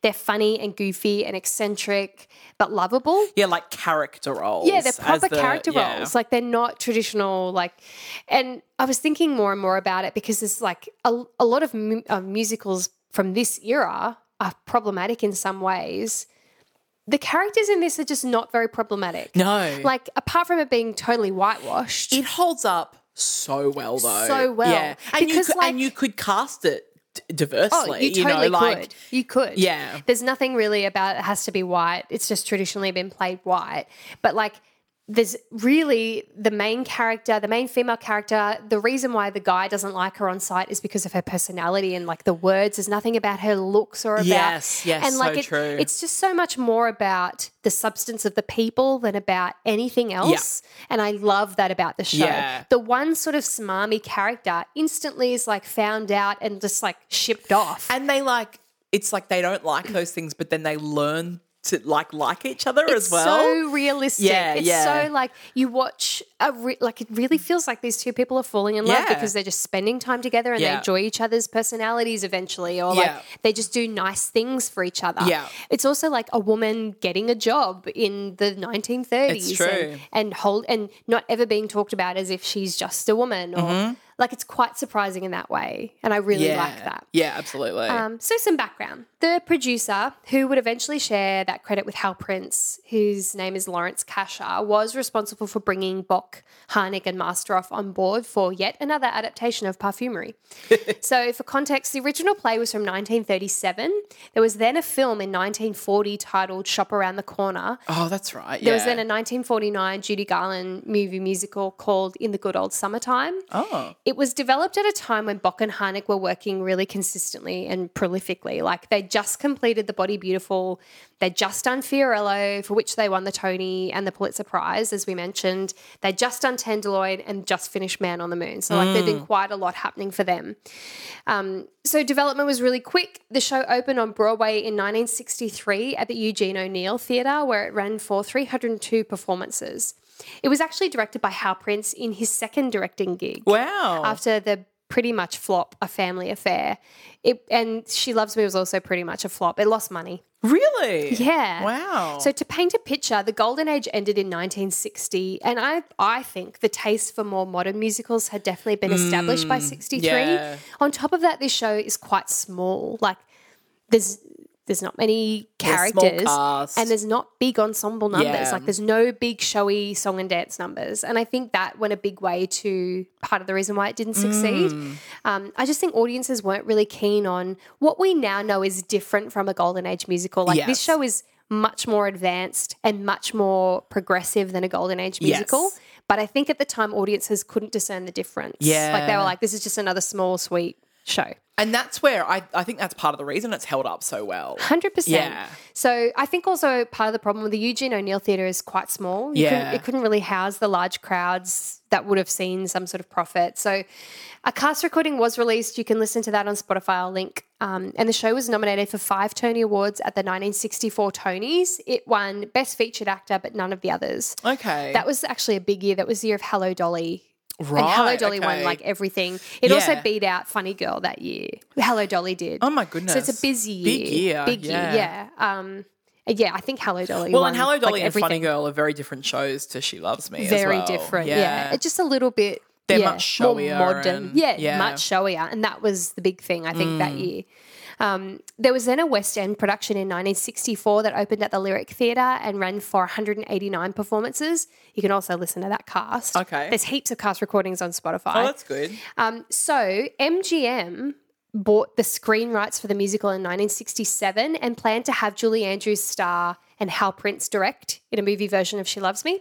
Speaker 2: they're funny and goofy and eccentric, but lovable.
Speaker 1: Yeah, like character roles.
Speaker 2: Yeah, they're
Speaker 1: as
Speaker 2: proper
Speaker 1: the-
Speaker 2: character
Speaker 1: yeah.
Speaker 2: roles. Like they're not traditional. Like, and I was thinking more and more about it because there's like a, a lot of mu- uh, musicals from this era are problematic in some ways. The characters in this are just not very problematic.
Speaker 1: No.
Speaker 2: Like apart from it being totally whitewashed,
Speaker 1: it holds up so well though.
Speaker 2: So well.
Speaker 1: Yeah. And you
Speaker 2: Because,
Speaker 1: could,
Speaker 2: like-
Speaker 1: and you could cast it diversely.
Speaker 2: Oh, you totally
Speaker 1: know, like
Speaker 2: could. You could.
Speaker 1: Yeah.
Speaker 2: There's nothing really about it has to be white. It's just traditionally been played white. But like there's really the main character, the main female character, the reason why the guy doesn't like her on site is because of her personality and like the words. There's nothing about her looks or about
Speaker 1: Yes, yes,
Speaker 2: and like
Speaker 1: so
Speaker 2: it-
Speaker 1: true.
Speaker 2: it's just so much more about the substance of the people than about anything else. And I love that about the show.
Speaker 1: Yeah.
Speaker 2: The one sort of smarmy character instantly is like found out and just like shipped off.
Speaker 1: and they like it's like they don't like those things, but then they learn to like like each other as well.
Speaker 2: So realistic.
Speaker 1: Yeah,
Speaker 2: it's
Speaker 1: yeah.
Speaker 2: so like you watch a re- like it really feels like these two people are falling in love
Speaker 1: Yeah.
Speaker 2: because they're just spending time together and they
Speaker 1: Yeah.
Speaker 2: enjoy each other's personalities eventually or
Speaker 1: Yeah.
Speaker 2: like they just do nice things for each other.
Speaker 1: Yeah.
Speaker 2: It's also like a woman getting a job in the 1930s
Speaker 1: It's true.
Speaker 2: And, and hold and not ever being talked about as if she's just a woman or like it's quite surprising in that way and I really
Speaker 1: Mm-hmm. yeah.
Speaker 2: like that.
Speaker 1: Yeah, absolutely.
Speaker 2: Um, so some background. The producer, who would eventually share that credit with Hal Prince, whose name is Lawrence Kasher, was responsible for bringing Bock, Harnick and Masteroff on board for yet another adaptation of Parfumery. so for context, the original play was from 1937. There was then a film in 1940 titled Shop Around the Corner.
Speaker 1: oh, that's right.
Speaker 2: There was then a 1949 Judy Garland movie musical called In the Good Old Summertime.
Speaker 1: oh.
Speaker 2: It was developed at a time when Bock and Harnick were working really consistently and prolifically. Like they just completed The Body Beautiful, they'd just done Fiorello, for which they won the Tony and the Pulitzer Prize, as we mentioned. They'd just done Tenderloin and just finished Man on the Moon. So like there'd been quite a lot happening for them. Um, so development was really quick. The show opened on Broadway in 1963 at the Eugene O'Neill Theatre, where it ran for 302 performances. It was actually directed by Hal Prince in his second directing gig
Speaker 1: Wow.
Speaker 2: after the pretty much flop a family affair it and she loves me was also pretty much a flop it lost money
Speaker 1: really?
Speaker 2: yeah
Speaker 1: Wow.
Speaker 2: so to paint a picture the golden age ended in 1960 and i i think the taste for more modern musicals had definitely been established by 63
Speaker 1: Mm, yeah.
Speaker 2: on top of that this show is quite small like there's there's not many
Speaker 1: There's small
Speaker 2: characters
Speaker 1: cast.
Speaker 2: and there's not big ensemble numbers
Speaker 1: Yeah.
Speaker 2: like there's no big showy song and dance numbers and i think that went a big way to part of the reason why it didn't succeed
Speaker 1: Mm.
Speaker 2: um, i just think audiences weren't really keen on what we now know is different from a golden age musical like
Speaker 1: Yes.
Speaker 2: this show is much more advanced and much more progressive than a golden age
Speaker 1: Yes.
Speaker 2: musical but i think at the time audiences couldn't discern the difference like they
Speaker 1: Yeah.
Speaker 2: were like this is just another small sweet show
Speaker 1: and that's where I, I think that's part of the reason it's held up so well.
Speaker 2: Hundred percent.
Speaker 1: Yeah.
Speaker 2: So I think also part of the problem with the Eugene O'Neill Theatre is quite small. You
Speaker 1: Yeah.
Speaker 2: couldn't, it couldn't really house the large crowds that would have seen some sort of profit. So a cast recording was released. You can listen to that on Spotify. I'll link. Um, and the show was nominated for five Tony Awards at the 1964 Tonys. It won Best Featured Actor, but none of the others.
Speaker 1: Okay.
Speaker 2: That was actually a big year. That was the year of Hello Dolly. And
Speaker 1: Right,
Speaker 2: Hello Dolly won
Speaker 1: okay.
Speaker 2: like everything. It also
Speaker 1: Yeah.
Speaker 2: beat out Funny Girl that year. Hello Dolly did.
Speaker 1: Oh my goodness.
Speaker 2: So it's a busy year.
Speaker 1: Big year,
Speaker 2: Big year,
Speaker 1: yeah.
Speaker 2: yeah. Um, yeah, I think Hello Dolly.
Speaker 1: well,
Speaker 2: won,
Speaker 1: and Hello
Speaker 2: like,
Speaker 1: Dolly and
Speaker 2: everything.
Speaker 1: Funny Girl are very different shows to She Loves Me. as
Speaker 2: Very
Speaker 1: well.
Speaker 2: different. Yeah. It's just a little bit.
Speaker 1: They're
Speaker 2: yeah,
Speaker 1: much showier
Speaker 2: More modern.
Speaker 1: and-
Speaker 2: yeah,
Speaker 1: yeah. Mm.
Speaker 2: much showier. And that was the big thing, I think, that year. Um, there was then a West End production in 1964 that opened at the Lyric Theatre and ran for 189 performances. You can also listen to that cast.
Speaker 1: Okay.
Speaker 2: There's heaps of cast recordings on Spotify.
Speaker 1: Oh, that's good.
Speaker 2: Um, so MGM bought the screen rights for the musical in 1967 and planned to have Julie Andrews star and Hal Prince direct in a movie version of She Loves Me.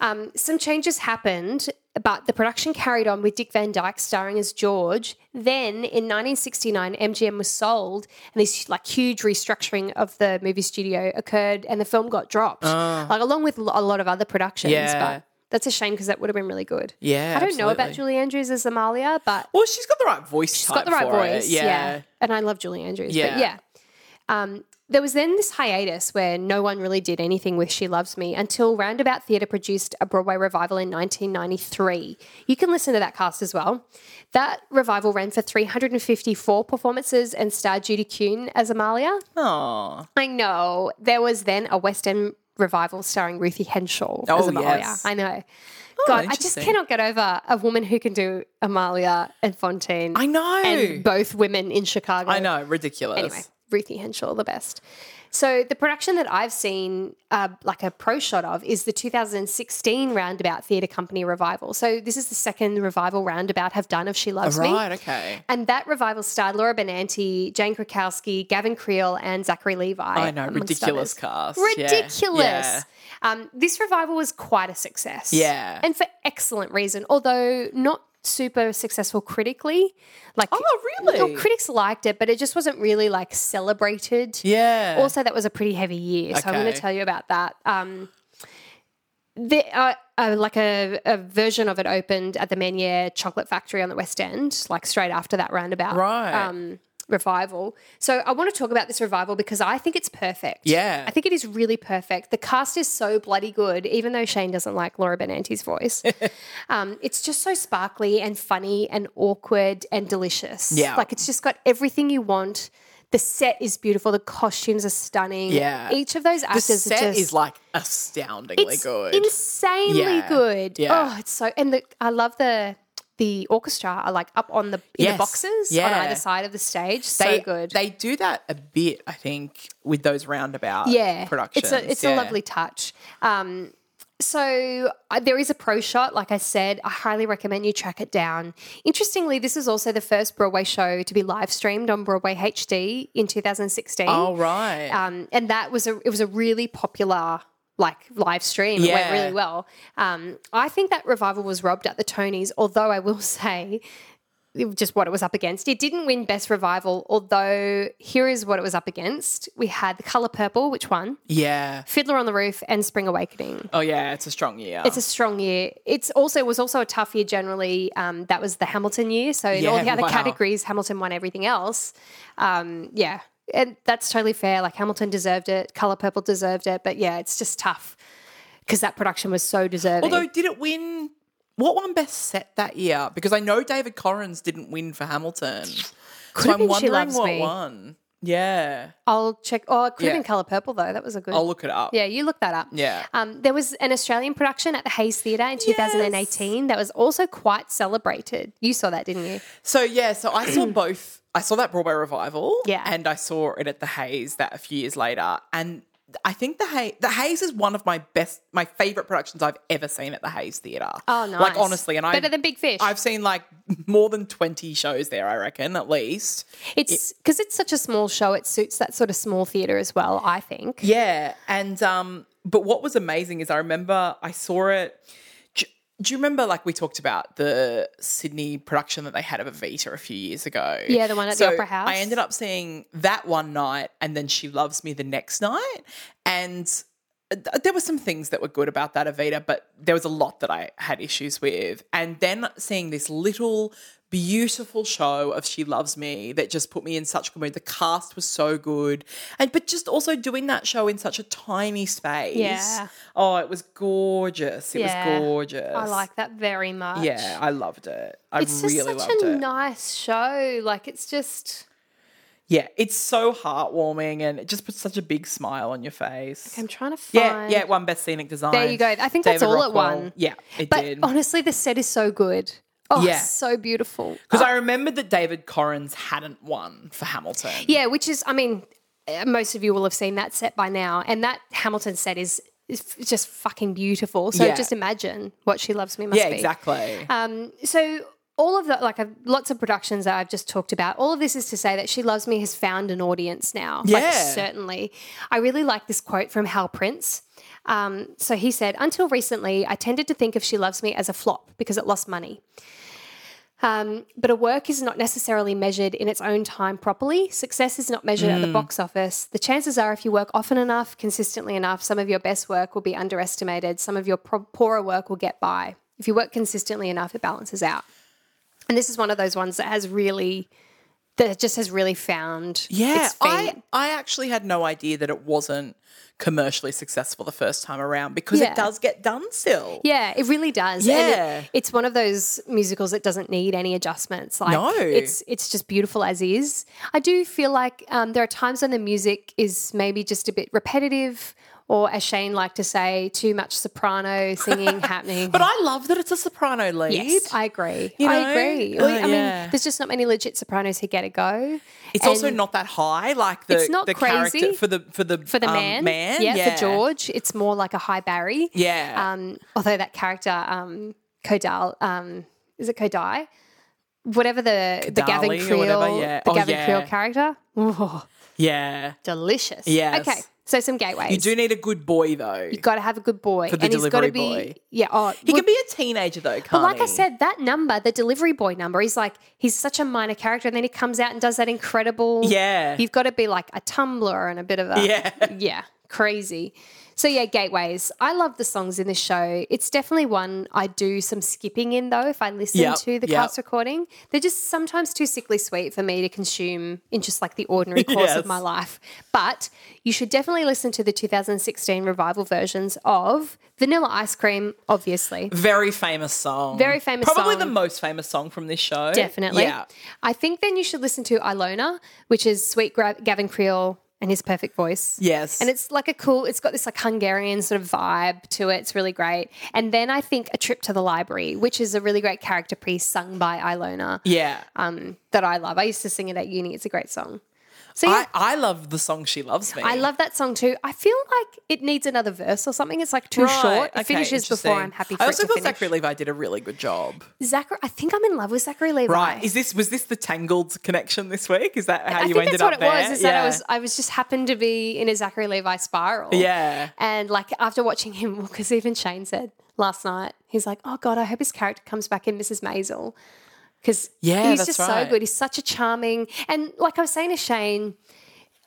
Speaker 2: Um, some changes happened, but the production carried on with Dick Van Dyke starring as George. Then in 1969, MGM was sold, and this like huge restructuring of the movie studio occurred, and the film got dropped, like along with lo- a lot of other productions.
Speaker 1: Yeah.
Speaker 2: But that's a shame because that would have been really good.
Speaker 1: Yeah,
Speaker 2: I don't know about
Speaker 1: absolutely.
Speaker 2: Julie Andrews as Amalia, but
Speaker 1: Well, she's got the right voice.
Speaker 2: she's got the right voice.
Speaker 1: Yeah.
Speaker 2: And I love Julie Andrews. But
Speaker 1: Yeah.
Speaker 2: yeah. Um, there was then this hiatus where no one really did anything with She Loves Me until Roundabout Theatre produced a Broadway revival in 1993. You can listen to that cast as well. That revival ran for 354 performances and starred Judy Kuhn as Amalia.
Speaker 1: Aw.
Speaker 2: I know. There was then a West End revival starring Ruthie Henshaw as
Speaker 1: Oh,
Speaker 2: Amalia.
Speaker 1: yes. Oh,
Speaker 2: I know. God, I just
Speaker 1: interesting.
Speaker 2: cannot get over a woman who can do Amalia and Fontaine
Speaker 1: I know.
Speaker 2: and both women in Chicago.
Speaker 1: I know. Ridiculous.
Speaker 2: Anyway, Ruthie Henshaw the best. So the production that I've seen, uh, like a pro shot of, is the 2016 Roundabout Theatre Company revival. So this is the second revival Roundabout have done of She Loves Me.
Speaker 1: Right, okay.
Speaker 2: And that revival starred Laura Benanti, Jane Krakowski, Gavin Creel, and Zachary Levi.
Speaker 1: I know,
Speaker 2: amongst
Speaker 1: ridiculous
Speaker 2: others.
Speaker 1: cast. Yeah,
Speaker 2: Ridiculous.
Speaker 1: yeah.
Speaker 2: Um, this revival was quite a success.
Speaker 1: Yeah.
Speaker 2: And for excellent reason, although not super successful critically. Like
Speaker 1: Oh, really?
Speaker 2: no, critics liked it, but it just wasn't really like celebrated.
Speaker 1: Yeah.
Speaker 2: Also, that was a pretty heavy year, so I'm going
Speaker 1: Okay.
Speaker 2: to tell you about that. Um, the, uh, uh, like a, a version of it opened at the Meniere Chocolate Factory on the West End, like straight after that roundabout
Speaker 1: Right.
Speaker 2: um, revival. So I want to talk about this revival because I think it's perfect.
Speaker 1: Yeah.
Speaker 2: I think it is really perfect. The cast is so bloody good, even though Shane doesn't like Laura Benanti's voice. um, it's just so sparkly and funny and awkward and delicious.
Speaker 1: Yeah.
Speaker 2: Like it's just got everything you want. The set is beautiful. The costumes are stunning.
Speaker 1: Yeah.
Speaker 2: Each of those
Speaker 1: the
Speaker 2: actors
Speaker 1: set
Speaker 2: are just
Speaker 1: is like astoundingly
Speaker 2: it's
Speaker 1: good.
Speaker 2: Insanely
Speaker 1: Yeah.
Speaker 2: good.
Speaker 1: Yeah.
Speaker 2: Oh, it's so and the I love the the orchestra are like up on the in
Speaker 1: Yes.
Speaker 2: the boxes on
Speaker 1: Yeah.
Speaker 2: either side of the stage.
Speaker 1: they,
Speaker 2: so good.
Speaker 1: They do that a bit, I think, with those roundabout
Speaker 2: yeah.
Speaker 1: productions.
Speaker 2: It's a it's
Speaker 1: Yeah.
Speaker 2: a lovely touch. Um so I, there is a pro shot, like I said. I highly recommend you track it down. Interestingly, this is also the first Broadway show to be live streamed on Broadway HD in 2016.
Speaker 1: Oh right.
Speaker 2: um, and that was a it was a really popular like live stream. It
Speaker 1: Yeah.
Speaker 2: went really well. Um, I think that revival was robbed at the Tonys. Although I will say, it- just what it was up against, it didn't win best revival. Although here is what it was up against: we had The Color Purple, which won,
Speaker 1: yeah.
Speaker 2: Fiddler on the Roof, and Spring Awakening.
Speaker 1: Oh yeah, it's a strong year.
Speaker 2: It's a strong year. It's also it was also a tough year generally. Um, that was the Hamilton year, so in all
Speaker 1: Yeah,
Speaker 2: the other
Speaker 1: wow.
Speaker 2: categories, Hamilton won everything else. Um, yeah, and that's totally fair. Like Hamilton deserved it, Color Purple deserved it, but yeah, it's just tough because that production was so deserving.
Speaker 1: Although did it win what won best set that year? Because I know David Correns didn't win for Hamilton. so
Speaker 2: have
Speaker 1: I'm
Speaker 2: been She
Speaker 1: wondering
Speaker 2: Loves
Speaker 1: what
Speaker 2: Me.
Speaker 1: won. Yeah.
Speaker 2: I'll check. Oh, it could
Speaker 1: Yeah.
Speaker 2: have been Color Purple though. That was a good.
Speaker 1: I'll look it up.
Speaker 2: yeah, you look that up.
Speaker 1: Yeah.
Speaker 2: Um, there was an Australian production at the Hayes Theatre in 2018 that was also quite celebrated. You saw that, didn't you?
Speaker 1: So yeah, so I saw both. I saw that Broadway revival,
Speaker 2: Yeah.
Speaker 1: and I saw it at the Hayes that a few years later, and I think the Hayes, the Hayes is one of my best, my favorite productions I've ever seen at the Hayes Theatre.
Speaker 2: Oh, nice.
Speaker 1: Like honestly, and I
Speaker 2: better than Big Fish.
Speaker 1: I've seen like more than twenty shows there. I reckon at least.
Speaker 2: It's because it's such a small show. It suits that sort of small theatre as well. I think.
Speaker 1: Yeah, and um, but what was amazing is I remember I saw it. Do, do you remember like we talked about the Sydney production that they had of Evita a few years ago?
Speaker 2: Yeah, the one at the Opera House.
Speaker 1: I ended up seeing that one night, and then She Loves Me the next night, and. th- Uh, There were some things that were good about that Evita, but there was a lot that I had issues with. And then seeing this little beautiful show of She Loves Me that just put me in such a good mood. The cast was so good. And but just also doing that show in such a tiny space.
Speaker 2: Yeah.
Speaker 1: Oh, it was gorgeous. It
Speaker 2: Yeah.
Speaker 1: was gorgeous.
Speaker 2: I like that very much.
Speaker 1: Yeah, I loved it. I
Speaker 2: It's just
Speaker 1: really
Speaker 2: such
Speaker 1: loved
Speaker 2: a
Speaker 1: it.
Speaker 2: nice show. Like it's just
Speaker 1: yeah, it's so heartwarming and it just puts such a big smile on your face.
Speaker 2: I'm trying to find.
Speaker 1: yeah, yeah, it won best scenic design.
Speaker 2: There you go. I think that's
Speaker 1: David
Speaker 2: all it
Speaker 1: Rockwell.
Speaker 2: won.
Speaker 1: Yeah, it
Speaker 2: But
Speaker 1: did.
Speaker 2: honestly, the set is so good. Oh,
Speaker 1: Yeah.
Speaker 2: it's so beautiful.
Speaker 1: Because I remembered that David Correns hadn't won for Hamilton.
Speaker 2: Yeah, which is, I mean, uh, most of you will have seen that set by now, and that Hamilton set is is f- just fucking beautiful. So
Speaker 1: Yeah.
Speaker 2: just imagine what she loves me must
Speaker 1: Yeah,
Speaker 2: be.
Speaker 1: exactly.
Speaker 2: Um, so all of the like I've, lots of productions that I've just talked about. All of this is to say that she loves me has found an audience now. Like,
Speaker 1: Yeah.
Speaker 2: certainly. I really like this quote from Hal Prince. Um, so he said, until recently, I tended to think of She Loves Me as a flop because it lost money. Um, but a work is not necessarily measured in its own time properly. Success is not measured
Speaker 1: Mm.
Speaker 2: at the box office. The chances are, if you work often enough, consistently enough, some of your best work will be underestimated. Some of your pro- poorer work will get by. If you work consistently enough, it balances out. And this is one of those ones that has really, that just has really found
Speaker 1: Yeah,
Speaker 2: its feet.
Speaker 1: I, I actually had no idea that it wasn't commercially successful the first time around because
Speaker 2: Yeah.
Speaker 1: it does get done still.
Speaker 2: Yeah, it really does. And it-
Speaker 1: Yeah.
Speaker 2: it's one of those musicals that doesn't need any adjustments. Like
Speaker 1: No.
Speaker 2: it's it's just beautiful as is. I do feel like um, there are times when the music is maybe just a bit repetitive or as Shane liked to say, too much soprano singing happening.
Speaker 1: But I love that it's a soprano lead.
Speaker 2: Yes, I agree.
Speaker 1: You know?
Speaker 2: I agree.
Speaker 1: Oh,
Speaker 2: We- I
Speaker 1: yeah.
Speaker 2: mean, there's just not many legit sopranos who get a go.
Speaker 1: It's
Speaker 2: And
Speaker 1: also not that high, like the,
Speaker 2: It's not
Speaker 1: the character
Speaker 2: crazy.
Speaker 1: for the for the
Speaker 2: for the
Speaker 1: um,
Speaker 2: man.
Speaker 1: man.
Speaker 2: yeah, for George, it's more like a high Barry.
Speaker 1: Yeah.
Speaker 2: Um, although that character, um, Kodal, um, is it Kodai? Whatever the the Gavin
Speaker 1: Kodali or
Speaker 2: Creel,
Speaker 1: whatever, yeah.
Speaker 2: the
Speaker 1: Oh,
Speaker 2: Gavin
Speaker 1: yeah.
Speaker 2: Creel character, Oh,
Speaker 1: yeah.
Speaker 2: delicious.
Speaker 1: Yes.
Speaker 2: Okay, so some gateways.
Speaker 1: You do need a good boy though.
Speaker 2: Got to have a good boy,
Speaker 1: the
Speaker 2: and he's got
Speaker 1: delivery
Speaker 2: to be
Speaker 1: boy.
Speaker 2: yeah. Oh,
Speaker 1: He
Speaker 2: well,
Speaker 1: can be a teenager though, can't
Speaker 2: but like I
Speaker 1: he?
Speaker 2: said, that number, the delivery boy number, he's like he's such a minor character, and then he comes out and does that incredible.
Speaker 1: Yeah.
Speaker 2: you've got to be like a tumbler and a bit of a
Speaker 1: Yeah.
Speaker 2: yeah, crazy. So yeah, gateways. I love the songs in this show. It's definitely one I do some skipping in though. If I listen
Speaker 1: Yep,
Speaker 2: to the
Speaker 1: yep.
Speaker 2: cast recording, they're just sometimes too sickly sweet for me to consume in just like the ordinary course
Speaker 1: Yes.
Speaker 2: of my life. But you should definitely listen to the 2016 revival versions of Vanilla Ice Cream, obviously.
Speaker 1: Very famous song.
Speaker 2: Very famous
Speaker 1: Probably
Speaker 2: song.
Speaker 1: the most famous song from this show.
Speaker 2: Definitely.
Speaker 1: Yeah.
Speaker 2: I think then you should listen to Ilona, which is Sweet Gra- Gavin Creel and his perfect voice.
Speaker 1: Yes.
Speaker 2: And it's like a cool, it's got this like Hungarian sort of vibe to it. It's really great. And then I think A Trip to the Library, which is a really great character piece sung by Ilona
Speaker 1: yeah.
Speaker 2: um, that I love. I used to sing it at uni. It's a great song. So yeah,
Speaker 1: I, I love the song She Loves Me.
Speaker 2: I, love that song too. I feel like it needs another verse or something. It's like too
Speaker 1: Right,
Speaker 2: short. It
Speaker 1: okay,
Speaker 2: finishes before
Speaker 1: interesting.
Speaker 2: I'm happy for
Speaker 1: I
Speaker 2: it
Speaker 1: also
Speaker 2: to
Speaker 1: thought
Speaker 2: finish.
Speaker 1: Zachary Levi did a really good job.
Speaker 2: Zachary, I think I'm in love with Zachary Levi.
Speaker 1: Right. Is this was this the Tangled connection this week? Is that how
Speaker 2: I
Speaker 1: you
Speaker 2: think
Speaker 1: ended
Speaker 2: that's what
Speaker 1: up
Speaker 2: it
Speaker 1: there?
Speaker 2: was. Is that I was I was just happened to be in a Zachary Levi spiral.
Speaker 1: Yeah.
Speaker 2: And like after watching him, because even Shane said last night, he's like, "Oh God, I hope his character comes back in Mrs. Maisel," because
Speaker 1: Yeah,
Speaker 2: he's
Speaker 1: that's
Speaker 2: just
Speaker 1: right.
Speaker 2: so good. He's such a charming, and like I was saying to Shane,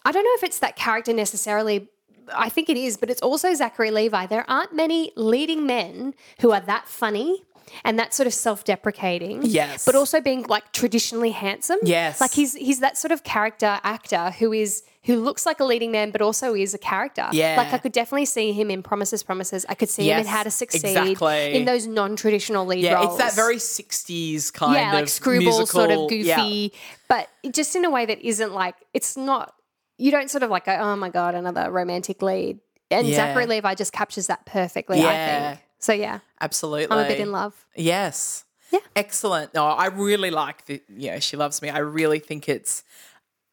Speaker 2: I don't know if it's that character necessarily. I think it is, but it's also Zachary Levi. There aren't many leading men who are that funny and that sort of self-deprecating.
Speaker 1: Yes.
Speaker 2: but also being like traditionally handsome.
Speaker 1: Yes.
Speaker 2: like he's he's that sort of character actor who is who looks like a leading man, but also is a character.
Speaker 1: Yeah.
Speaker 2: like I could definitely see him in Promises, Promises. I could see him
Speaker 1: Yes,
Speaker 2: in How to Succeed
Speaker 1: exactly.
Speaker 2: in those non-traditional lead
Speaker 1: Yeah,
Speaker 2: roles.
Speaker 1: it's that very '60s kind
Speaker 2: yeah,
Speaker 1: of
Speaker 2: like screwball sort
Speaker 1: musical-
Speaker 2: of goofy,
Speaker 1: yeah.
Speaker 2: but just in a way that isn't like it's not. You don't sort of like go, oh my god, another romantic lead. And
Speaker 1: Yeah.
Speaker 2: Zachary Levi just captures that perfectly. I
Speaker 1: Yeah.
Speaker 2: think so. Yeah,
Speaker 1: Absolutely,
Speaker 2: I'm a bit in love.
Speaker 1: Yes.
Speaker 2: Yeah.
Speaker 1: Excellent. No, I really like the you know, she loves me. I really think it's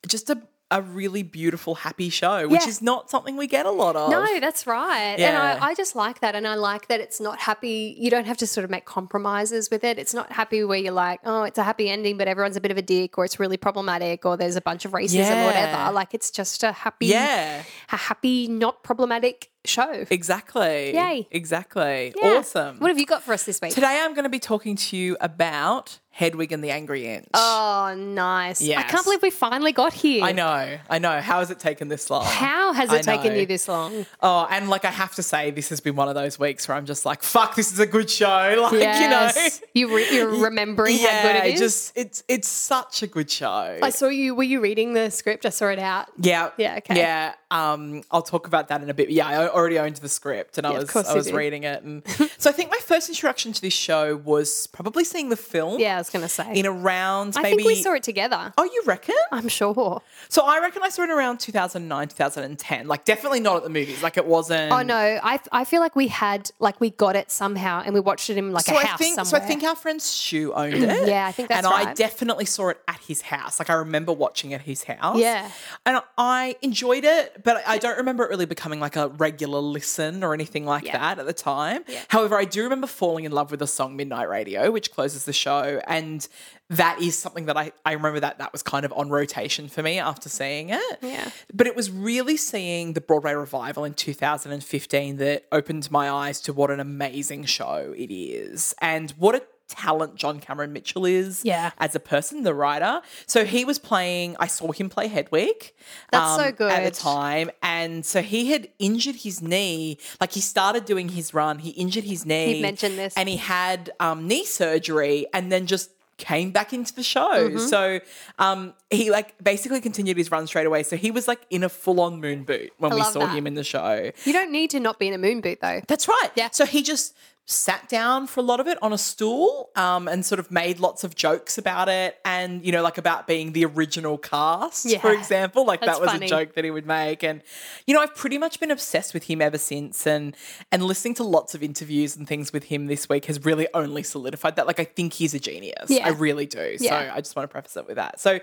Speaker 1: just a a really beautiful, happy show, which
Speaker 2: Yeah.
Speaker 1: is not something we get a lot of.
Speaker 2: No, that's right. And
Speaker 1: Yeah.
Speaker 2: I, I just like that. And I like that it's not happy. You don't have to sort of make compromises with it. It's not happy where you're like, oh, it's a happy ending, but everyone's a bit of a dick or it's really problematic or there's a bunch of racism
Speaker 1: Yeah.
Speaker 2: or whatever. Like it's just a happy,
Speaker 1: Yeah.
Speaker 2: a happy, not problematic show.
Speaker 1: Exactly.
Speaker 2: Yay.
Speaker 1: Exactly.
Speaker 2: Yeah.
Speaker 1: Awesome.
Speaker 2: What have you got for us this week?
Speaker 1: Today I'm going to be talking to you about Hedwig and the Angry Inch.
Speaker 2: Oh, nice. I
Speaker 1: Yes.
Speaker 2: can't believe we finally got here.
Speaker 1: I know. I know. How has it taken this long?
Speaker 2: How has
Speaker 1: I
Speaker 2: it taken
Speaker 1: know.
Speaker 2: you this long?
Speaker 1: Oh, and like I have to say, this has been one of those weeks where I'm just like, "Fuck, this is a good show." Like
Speaker 2: Yes.
Speaker 1: you
Speaker 2: You re- you're
Speaker 1: know,
Speaker 2: remembering how good it is.
Speaker 1: Just it's it's such a good show.
Speaker 2: I saw you. Were you reading the script? I saw it out.
Speaker 1: Yeah.
Speaker 2: Yeah, okay.
Speaker 1: Yeah. Um, I'll talk about that in a bit. Yeah, I already owned the script and I
Speaker 2: of
Speaker 1: was
Speaker 2: course
Speaker 1: I
Speaker 2: you
Speaker 1: was
Speaker 2: did.
Speaker 1: reading it and so I think my first introduction to this show was probably seeing the film.
Speaker 2: Yeah, I was going to say.
Speaker 1: In around
Speaker 2: I
Speaker 1: maybe
Speaker 2: think we saw it together.
Speaker 1: Oh, you reckon?
Speaker 2: I'm sure.
Speaker 1: So I reckon I saw it around 2009, 2010. Like definitely not at the movies. Like it wasn't
Speaker 2: Oh no, I, I feel like we had like we got it somehow, and we watched it in like
Speaker 1: So
Speaker 2: a
Speaker 1: I
Speaker 2: house
Speaker 1: think so
Speaker 2: somewhere.
Speaker 1: I think our friend Stu owned it.
Speaker 2: Yeah, I think that's
Speaker 1: And I
Speaker 2: right.
Speaker 1: definitely saw it at his house. Like I remember watching at his house.
Speaker 2: Yeah.
Speaker 1: And I enjoyed it, but I don't remember it really becoming like a regular listen or anything like
Speaker 2: Yeah.
Speaker 1: that at the time. However, I do remember falling in love with the song Midnight Radio, which closes the show. And that is something that I, I remember that that was kind of on rotation for me after seeing it.
Speaker 2: Yeah.
Speaker 1: But it was really seeing the Broadway revival in 2015 that opened my eyes to what an amazing show it is and what a talent John Cameron Mitchell is
Speaker 2: Yeah.
Speaker 1: as a person, the writer. So he was playing, I saw him play Hedwig.
Speaker 2: That's so
Speaker 1: um, At the
Speaker 2: good.
Speaker 1: time. And so he had injured his knee. Like he started doing his run, he injured his knee.
Speaker 2: He mentioned this.
Speaker 1: And he had um, knee surgery and then just came back into the show.
Speaker 2: Mm-hmm.
Speaker 1: So um, he like basically continued his run straight away. So he was like in a full on moon boot when we
Speaker 2: love
Speaker 1: saw
Speaker 2: that.
Speaker 1: him in the show.
Speaker 2: you don't need to not be in a moon boot though.
Speaker 1: That's right.
Speaker 2: Yeah.
Speaker 1: So he just sat down for a lot of it on a stool um, and sort of made lots of jokes about it and you know like about being the original cast for
Speaker 2: Yeah.
Speaker 1: example like
Speaker 2: That's
Speaker 1: that was
Speaker 2: funny.
Speaker 1: a joke that he would make and you know I've pretty much been obsessed with him ever since and and listening to lots of interviews and things with him this week has really only solidified that like I think he's a genius
Speaker 2: Yeah.
Speaker 1: I really do so
Speaker 2: Yeah.
Speaker 1: I just want to preface it with that so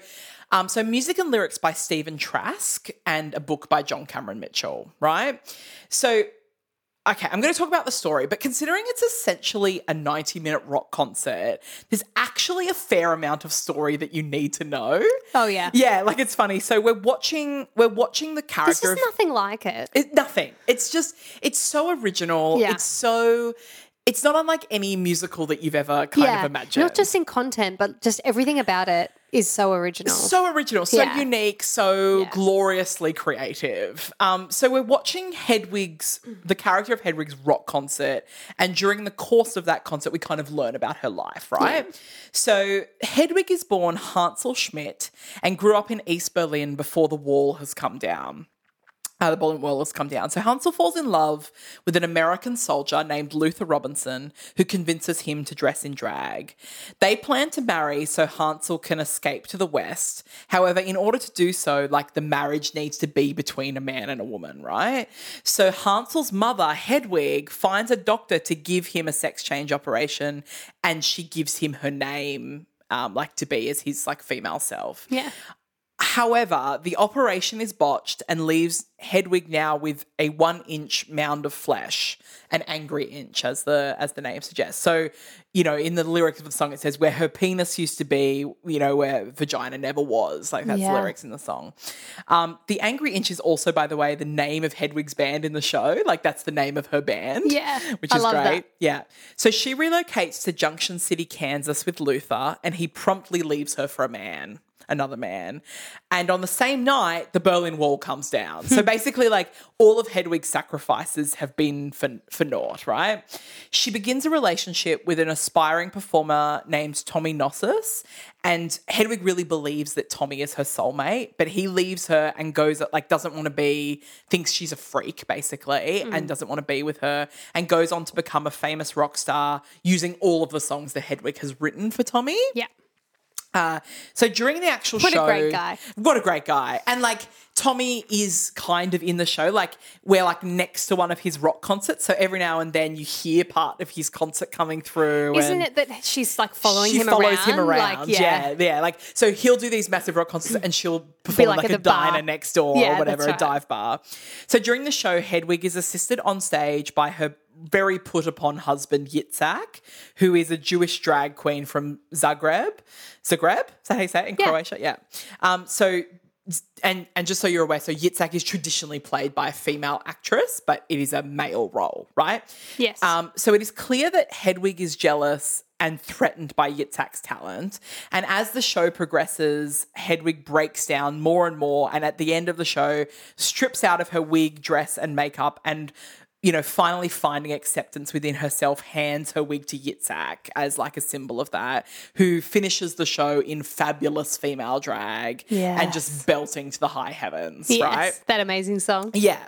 Speaker 1: um, so music and lyrics by Stephen Trask and a book by John Cameron Mitchell right so Okay, I'm going to talk about the story, but considering it's essentially a 90 minute rock concert, there's actually a fair amount of story that you need to know.
Speaker 2: Oh yeah.
Speaker 1: Yeah, like it's funny. So we're watching we're watching the
Speaker 2: It's
Speaker 1: character
Speaker 2: just
Speaker 1: of
Speaker 2: nothing like it.
Speaker 1: it, nothing. It's just it's so original.
Speaker 2: Yeah.
Speaker 1: It's so it's not unlike any musical that you've ever kind of imagined.
Speaker 2: Not just in content, but just everything about it is so original.
Speaker 1: so original, so
Speaker 2: Yeah.
Speaker 1: unique, so
Speaker 2: Yeah.
Speaker 1: gloriously creative. Um, so we're watching Hedwig's, the character of Hedwig's rock concert, and during the course of that concert, we kind of learn about her life, right? So Hedwig is born Hansel Schmidt and grew up in East Berlin before the wall has come down. Uh, the Berlin Wall has come down. So Hansel falls in love with an American soldier named Luther Robinson, who convinces him to dress in drag. They plan to marry so Hansel can escape to the West. However, in order to do so, like the marriage needs to be between a man and a woman, right? So Hansel's mother, Hedwig, finds a doctor to give him a sex change operation and she gives him her name. Um, like to be as his like female self.
Speaker 2: yeah.
Speaker 1: However, the operation is botched and leaves Hedwig now with a one inch mound of flesh, an angry inch, as the as the name suggests. So, you know, in the lyrics of the song, it says where her penis used to be, you know, where vagina never was. Like that's the
Speaker 2: Yeah.
Speaker 1: lyrics in the song. Um, the angry inch is also, by the way, the name of Hedwig's band in the show. Like that's the name of her band
Speaker 2: Yeah.
Speaker 1: which
Speaker 2: I
Speaker 1: is
Speaker 2: love
Speaker 1: great.
Speaker 2: that.
Speaker 1: Yeah. So she relocates to Junction City, Kansas with Luther, and he promptly leaves her for a man, another man. And on the same night, the Berlin Wall comes down. so basically, like all of Hedwig's sacrifices have been for, for naught, right? She begins a relationship with an aspiring performer named Tommy Nossus, and Hedwig really believes that Tommy is her soulmate, but he leaves her and goes like doesn't want to be thinks she's a freak basically
Speaker 2: Hmm.
Speaker 1: and doesn't want to be with her and goes on to become a famous rock star using all of the songs that Hedwig has written for Tommy.
Speaker 2: Yeah.
Speaker 1: So during the actual
Speaker 2: What a
Speaker 1: show,
Speaker 2: great guy.
Speaker 1: What a great guy! And like Tommy is kind of in the show. Like we're like next to one of his rock concerts, so every now and then you hear part of his concert coming through.
Speaker 2: Isn't
Speaker 1: and-
Speaker 2: it that she's like following
Speaker 1: she
Speaker 2: him
Speaker 1: follows
Speaker 2: around?
Speaker 1: him around.
Speaker 2: Like,
Speaker 1: yeah. yeah, Like so, he'll do these massive rock concerts, and she'll perform
Speaker 2: like
Speaker 1: like,
Speaker 2: at
Speaker 1: a
Speaker 2: the bar.
Speaker 1: diner next door
Speaker 2: Yeah,
Speaker 1: or
Speaker 2: that's
Speaker 1: whatever, a
Speaker 2: right.
Speaker 1: dive bar. So during the show, Hedwig is assisted on stage by her very put upon husband Yitzhak, who is a Jewish drag queen from Zagreb. Zagreb, is that how you say it in
Speaker 2: Yeah.
Speaker 1: Croatia? Yeah. Um, so. And and just so you're aware, so Yitzhak is traditionally played by a female actress, but it is a male role, right?
Speaker 2: Yes.
Speaker 1: Um, so it is clear that Hedwig is jealous and threatened by Yitzhak's talent. And as the show progresses, Hedwig breaks down more and more. And at the end of the show, strips out of her wig, dress, and makeup and you know, finally finding acceptance within herself, hands her wig to Yitzhak as like a symbol of that, who finishes the show in fabulous female drag and just belting to the high heavens,
Speaker 2: Yes,
Speaker 1: right?
Speaker 2: that amazing song.
Speaker 1: Yeah.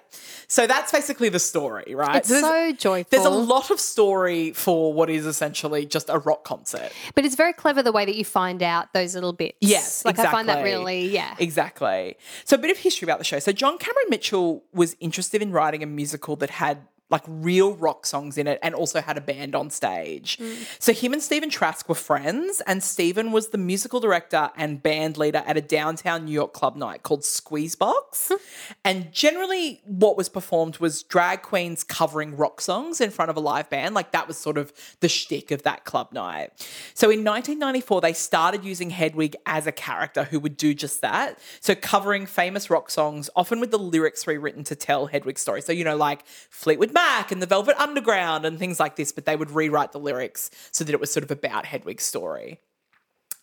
Speaker 1: So that's basically the story, right?
Speaker 2: It's
Speaker 1: there's-
Speaker 2: so joyful.
Speaker 1: There's a lot of story for what is essentially just a rock concert.
Speaker 2: But it's very clever the way that you find out those little bits.
Speaker 1: Yes,
Speaker 2: Like I find that
Speaker 1: exactly.
Speaker 2: really, yeah.
Speaker 1: Exactly. So a bit of history about the show. So John Cameron Mitchell was interested in writing a musical that had like real rock songs in it and also had a band on stage.
Speaker 2: Mm.
Speaker 1: So him and Stephen Trask were friends and Stephen was the musical director and band leader at a downtown New York club night called Squeezebox. and generally what was performed was drag queens covering rock songs in front of a live band. Like that was sort of the shtick of that club night. So in 1994, they started using Hedwig as a character who would do just that. So covering famous rock songs, often with the lyrics rewritten to tell Hedwig's story. So, you know, like Fleetwood Mac and the Velvet Underground and things like this, but they would rewrite the lyrics so that it was sort of about Hedwig's story.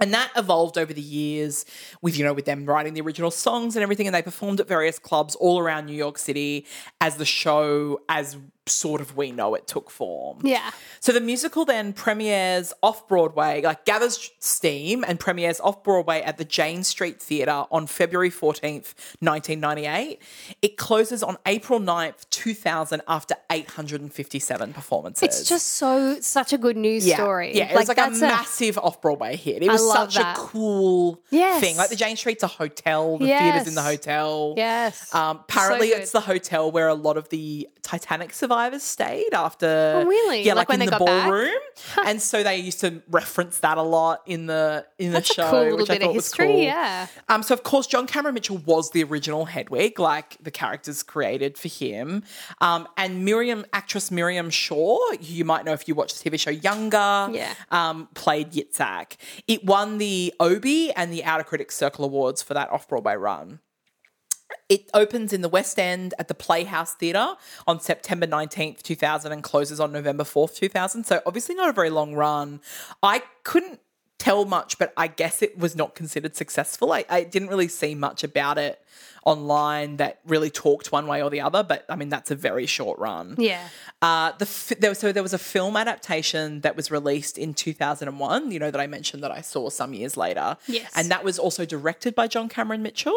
Speaker 1: And that evolved over the years with, you know, with them writing the original songs and everything. And they performed at various clubs all around New York City as the show, as sort of we know it took form.
Speaker 2: Yeah.
Speaker 1: So the musical then premieres off Broadway, like gathers steam and premieres off Broadway at the Jane Street Theatre on February 14th, 1998. It closes on April 9th, 2000 after 857 performances.
Speaker 2: It's just so such a good news
Speaker 1: yeah.
Speaker 2: story.
Speaker 1: Yeah, it was like a
Speaker 2: that's
Speaker 1: massive off Broadway hit. It was
Speaker 2: love
Speaker 1: such
Speaker 2: that.
Speaker 1: a cool
Speaker 2: Yes.
Speaker 1: thing. Like the Jane Street's a hotel, the theatre's in the
Speaker 2: Yes.
Speaker 1: hotel.
Speaker 2: Yes.
Speaker 1: Um, apparently,
Speaker 2: So
Speaker 1: it's the hotel where a lot of the Titanic survivors stayed after.
Speaker 2: Oh, really?
Speaker 1: Yeah,
Speaker 2: Like
Speaker 1: like,
Speaker 2: when
Speaker 1: in
Speaker 2: they
Speaker 1: the
Speaker 2: got back?
Speaker 1: ballroom, and so they used to reference that a lot in the in
Speaker 2: That's
Speaker 1: the show,
Speaker 2: a cool little
Speaker 1: which I
Speaker 2: bit
Speaker 1: thought
Speaker 2: of history.
Speaker 1: was cool.
Speaker 2: Yeah.
Speaker 1: Um, so of course, John Cameron Mitchell was the original Hedwig, like the characters created for him. Um, and Miriam, actress Miriam Shaw, who you might know if you watch the TV show Younger,
Speaker 2: Yeah.
Speaker 1: um, played Yitzhak. It won the Obie and the Outer Critics Circle Awards for that off Broadway run. It opens in the West End at the Playhouse Theatre on September 19th, 2000, and closes on November 4th, 2000. So, obviously, not a very long run. I couldn't tell much, but I guess it was not considered successful. I, I didn't really see much about it online that really talked one way or the other, but I mean, that's a very short run.
Speaker 2: Yeah.
Speaker 1: Uh, the fi- there was, so there was a film adaptation that was released in 2001. You know that I mentioned that I saw some years later.
Speaker 2: Yes.
Speaker 1: and that was also directed by John Cameron Mitchell.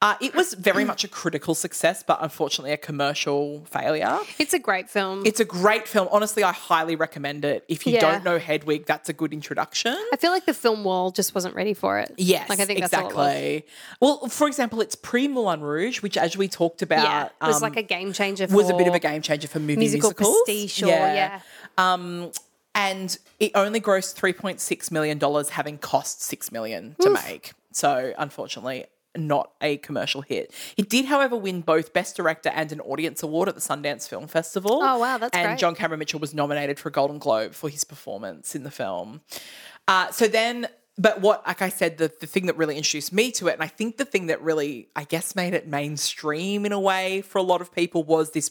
Speaker 1: Uh, it was very much a critical success, but unfortunately a commercial failure.
Speaker 2: It's a great film.
Speaker 1: It's a great film. Honestly, I highly recommend it. If you
Speaker 2: Yeah.
Speaker 1: don't know Hedwig, that's a good introduction.
Speaker 2: I feel like the film wall just wasn't ready for it.
Speaker 1: Yes,
Speaker 2: Like I think that's all
Speaker 1: exactly.
Speaker 2: it was.
Speaker 1: Well, for example, it's pre Moulin Rouge, which, as we talked about,
Speaker 2: Yeah. It was
Speaker 1: um,
Speaker 2: like a game changer for
Speaker 1: was a bit of a game changer for movie
Speaker 2: musical
Speaker 1: musicals.
Speaker 2: prestige or yeah.
Speaker 1: and it only grossed three point six million dollars, having cost six million to make. So unfortunately, not a commercial hit. It did, however, win both Best Director and an Audience Award at the Sundance Film Festival.
Speaker 2: Oh, wow, that's
Speaker 1: and
Speaker 2: great.
Speaker 1: John Cameron Mitchell was nominated for a Golden Globe for his performance in the film. Uh, so then. But what, like I said, the, the thing that really introduced me to it, and I think the thing that really, I guess, made it mainstream in a way for a lot of people was this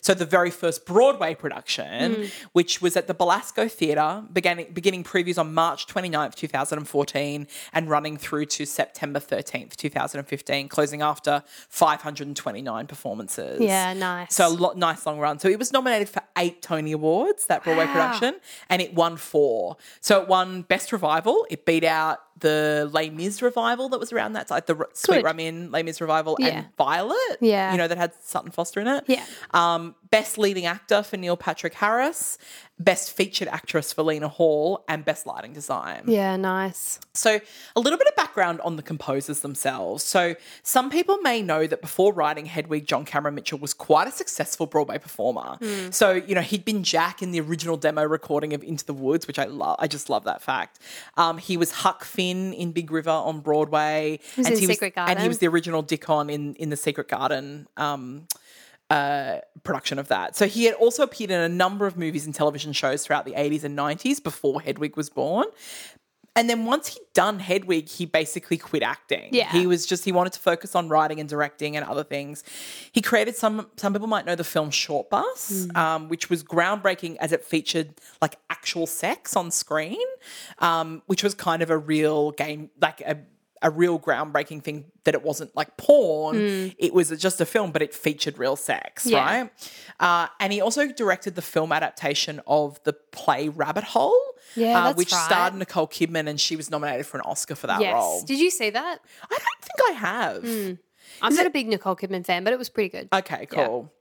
Speaker 1: so the very first Broadway production,
Speaker 2: Mm.
Speaker 1: which was at the Belasco Theatre, began beginning previews on March 29th, 2014, and running through to September 13th, 2015, closing after 529 performances.
Speaker 2: Yeah, nice.
Speaker 1: So a lot, nice long run. So it was nominated for eight Tony Awards, that Broadway
Speaker 2: Wow.
Speaker 1: production, and it won four. So it won Best Revival. It beat out the Les Mis revival that was around that time, the R- Sweet
Speaker 2: Good.
Speaker 1: Ramin Les Mis revival
Speaker 2: Yeah.
Speaker 1: and Violet.
Speaker 2: Yeah.
Speaker 1: You know, that had Sutton Foster in it.
Speaker 2: Yeah.
Speaker 1: Um, best leading actor for Neil Patrick Harris, best featured actress for Lena Hall, and best lighting design.
Speaker 2: Yeah, nice.
Speaker 1: So, a little bit of background on the composers themselves. So, some people may know that before writing Hedwig, John Cameron Mitchell was quite a successful Broadway performer.
Speaker 2: Hmm.
Speaker 1: So, you know, he'd been Jack in the original demo recording of Into the Woods, which I love. I just love that fact. Um, he was Huck Finn in Big River on Broadway,
Speaker 2: was in
Speaker 1: he
Speaker 2: Secret
Speaker 1: and he
Speaker 2: Garden.
Speaker 1: was the original Dickon in in the Secret Garden. Um, production of that. So he had also appeared in a number of movies and television shows throughout the 80s and 90s before Hedwig was born. And then once he'd done Hedwig, he basically quit acting.
Speaker 2: Yeah.
Speaker 1: He was just, he wanted to focus on writing and directing and other things. He created some, some people might know the film Short Bus,
Speaker 2: Hmm.
Speaker 1: um, which was groundbreaking as it featured like actual sex on screen, um, which was kind of a real game, like a, a real groundbreaking thing that it wasn't like porn. It was just a film, but it featured real sex,
Speaker 2: Hmm. Yeah.
Speaker 1: right? Uh, and he also directed the film adaptation of the play Rabbit Hole,
Speaker 2: Yeah,
Speaker 1: uh,
Speaker 2: that's
Speaker 1: which
Speaker 2: right.
Speaker 1: starred Nicole Kidman, and she was nominated for an Oscar for that
Speaker 2: Yes.
Speaker 1: role.
Speaker 2: Did you see that?
Speaker 1: I don't think I have.
Speaker 2: I'm not a big Nicole Kidman fan, but it was pretty good.
Speaker 1: Okay, cool.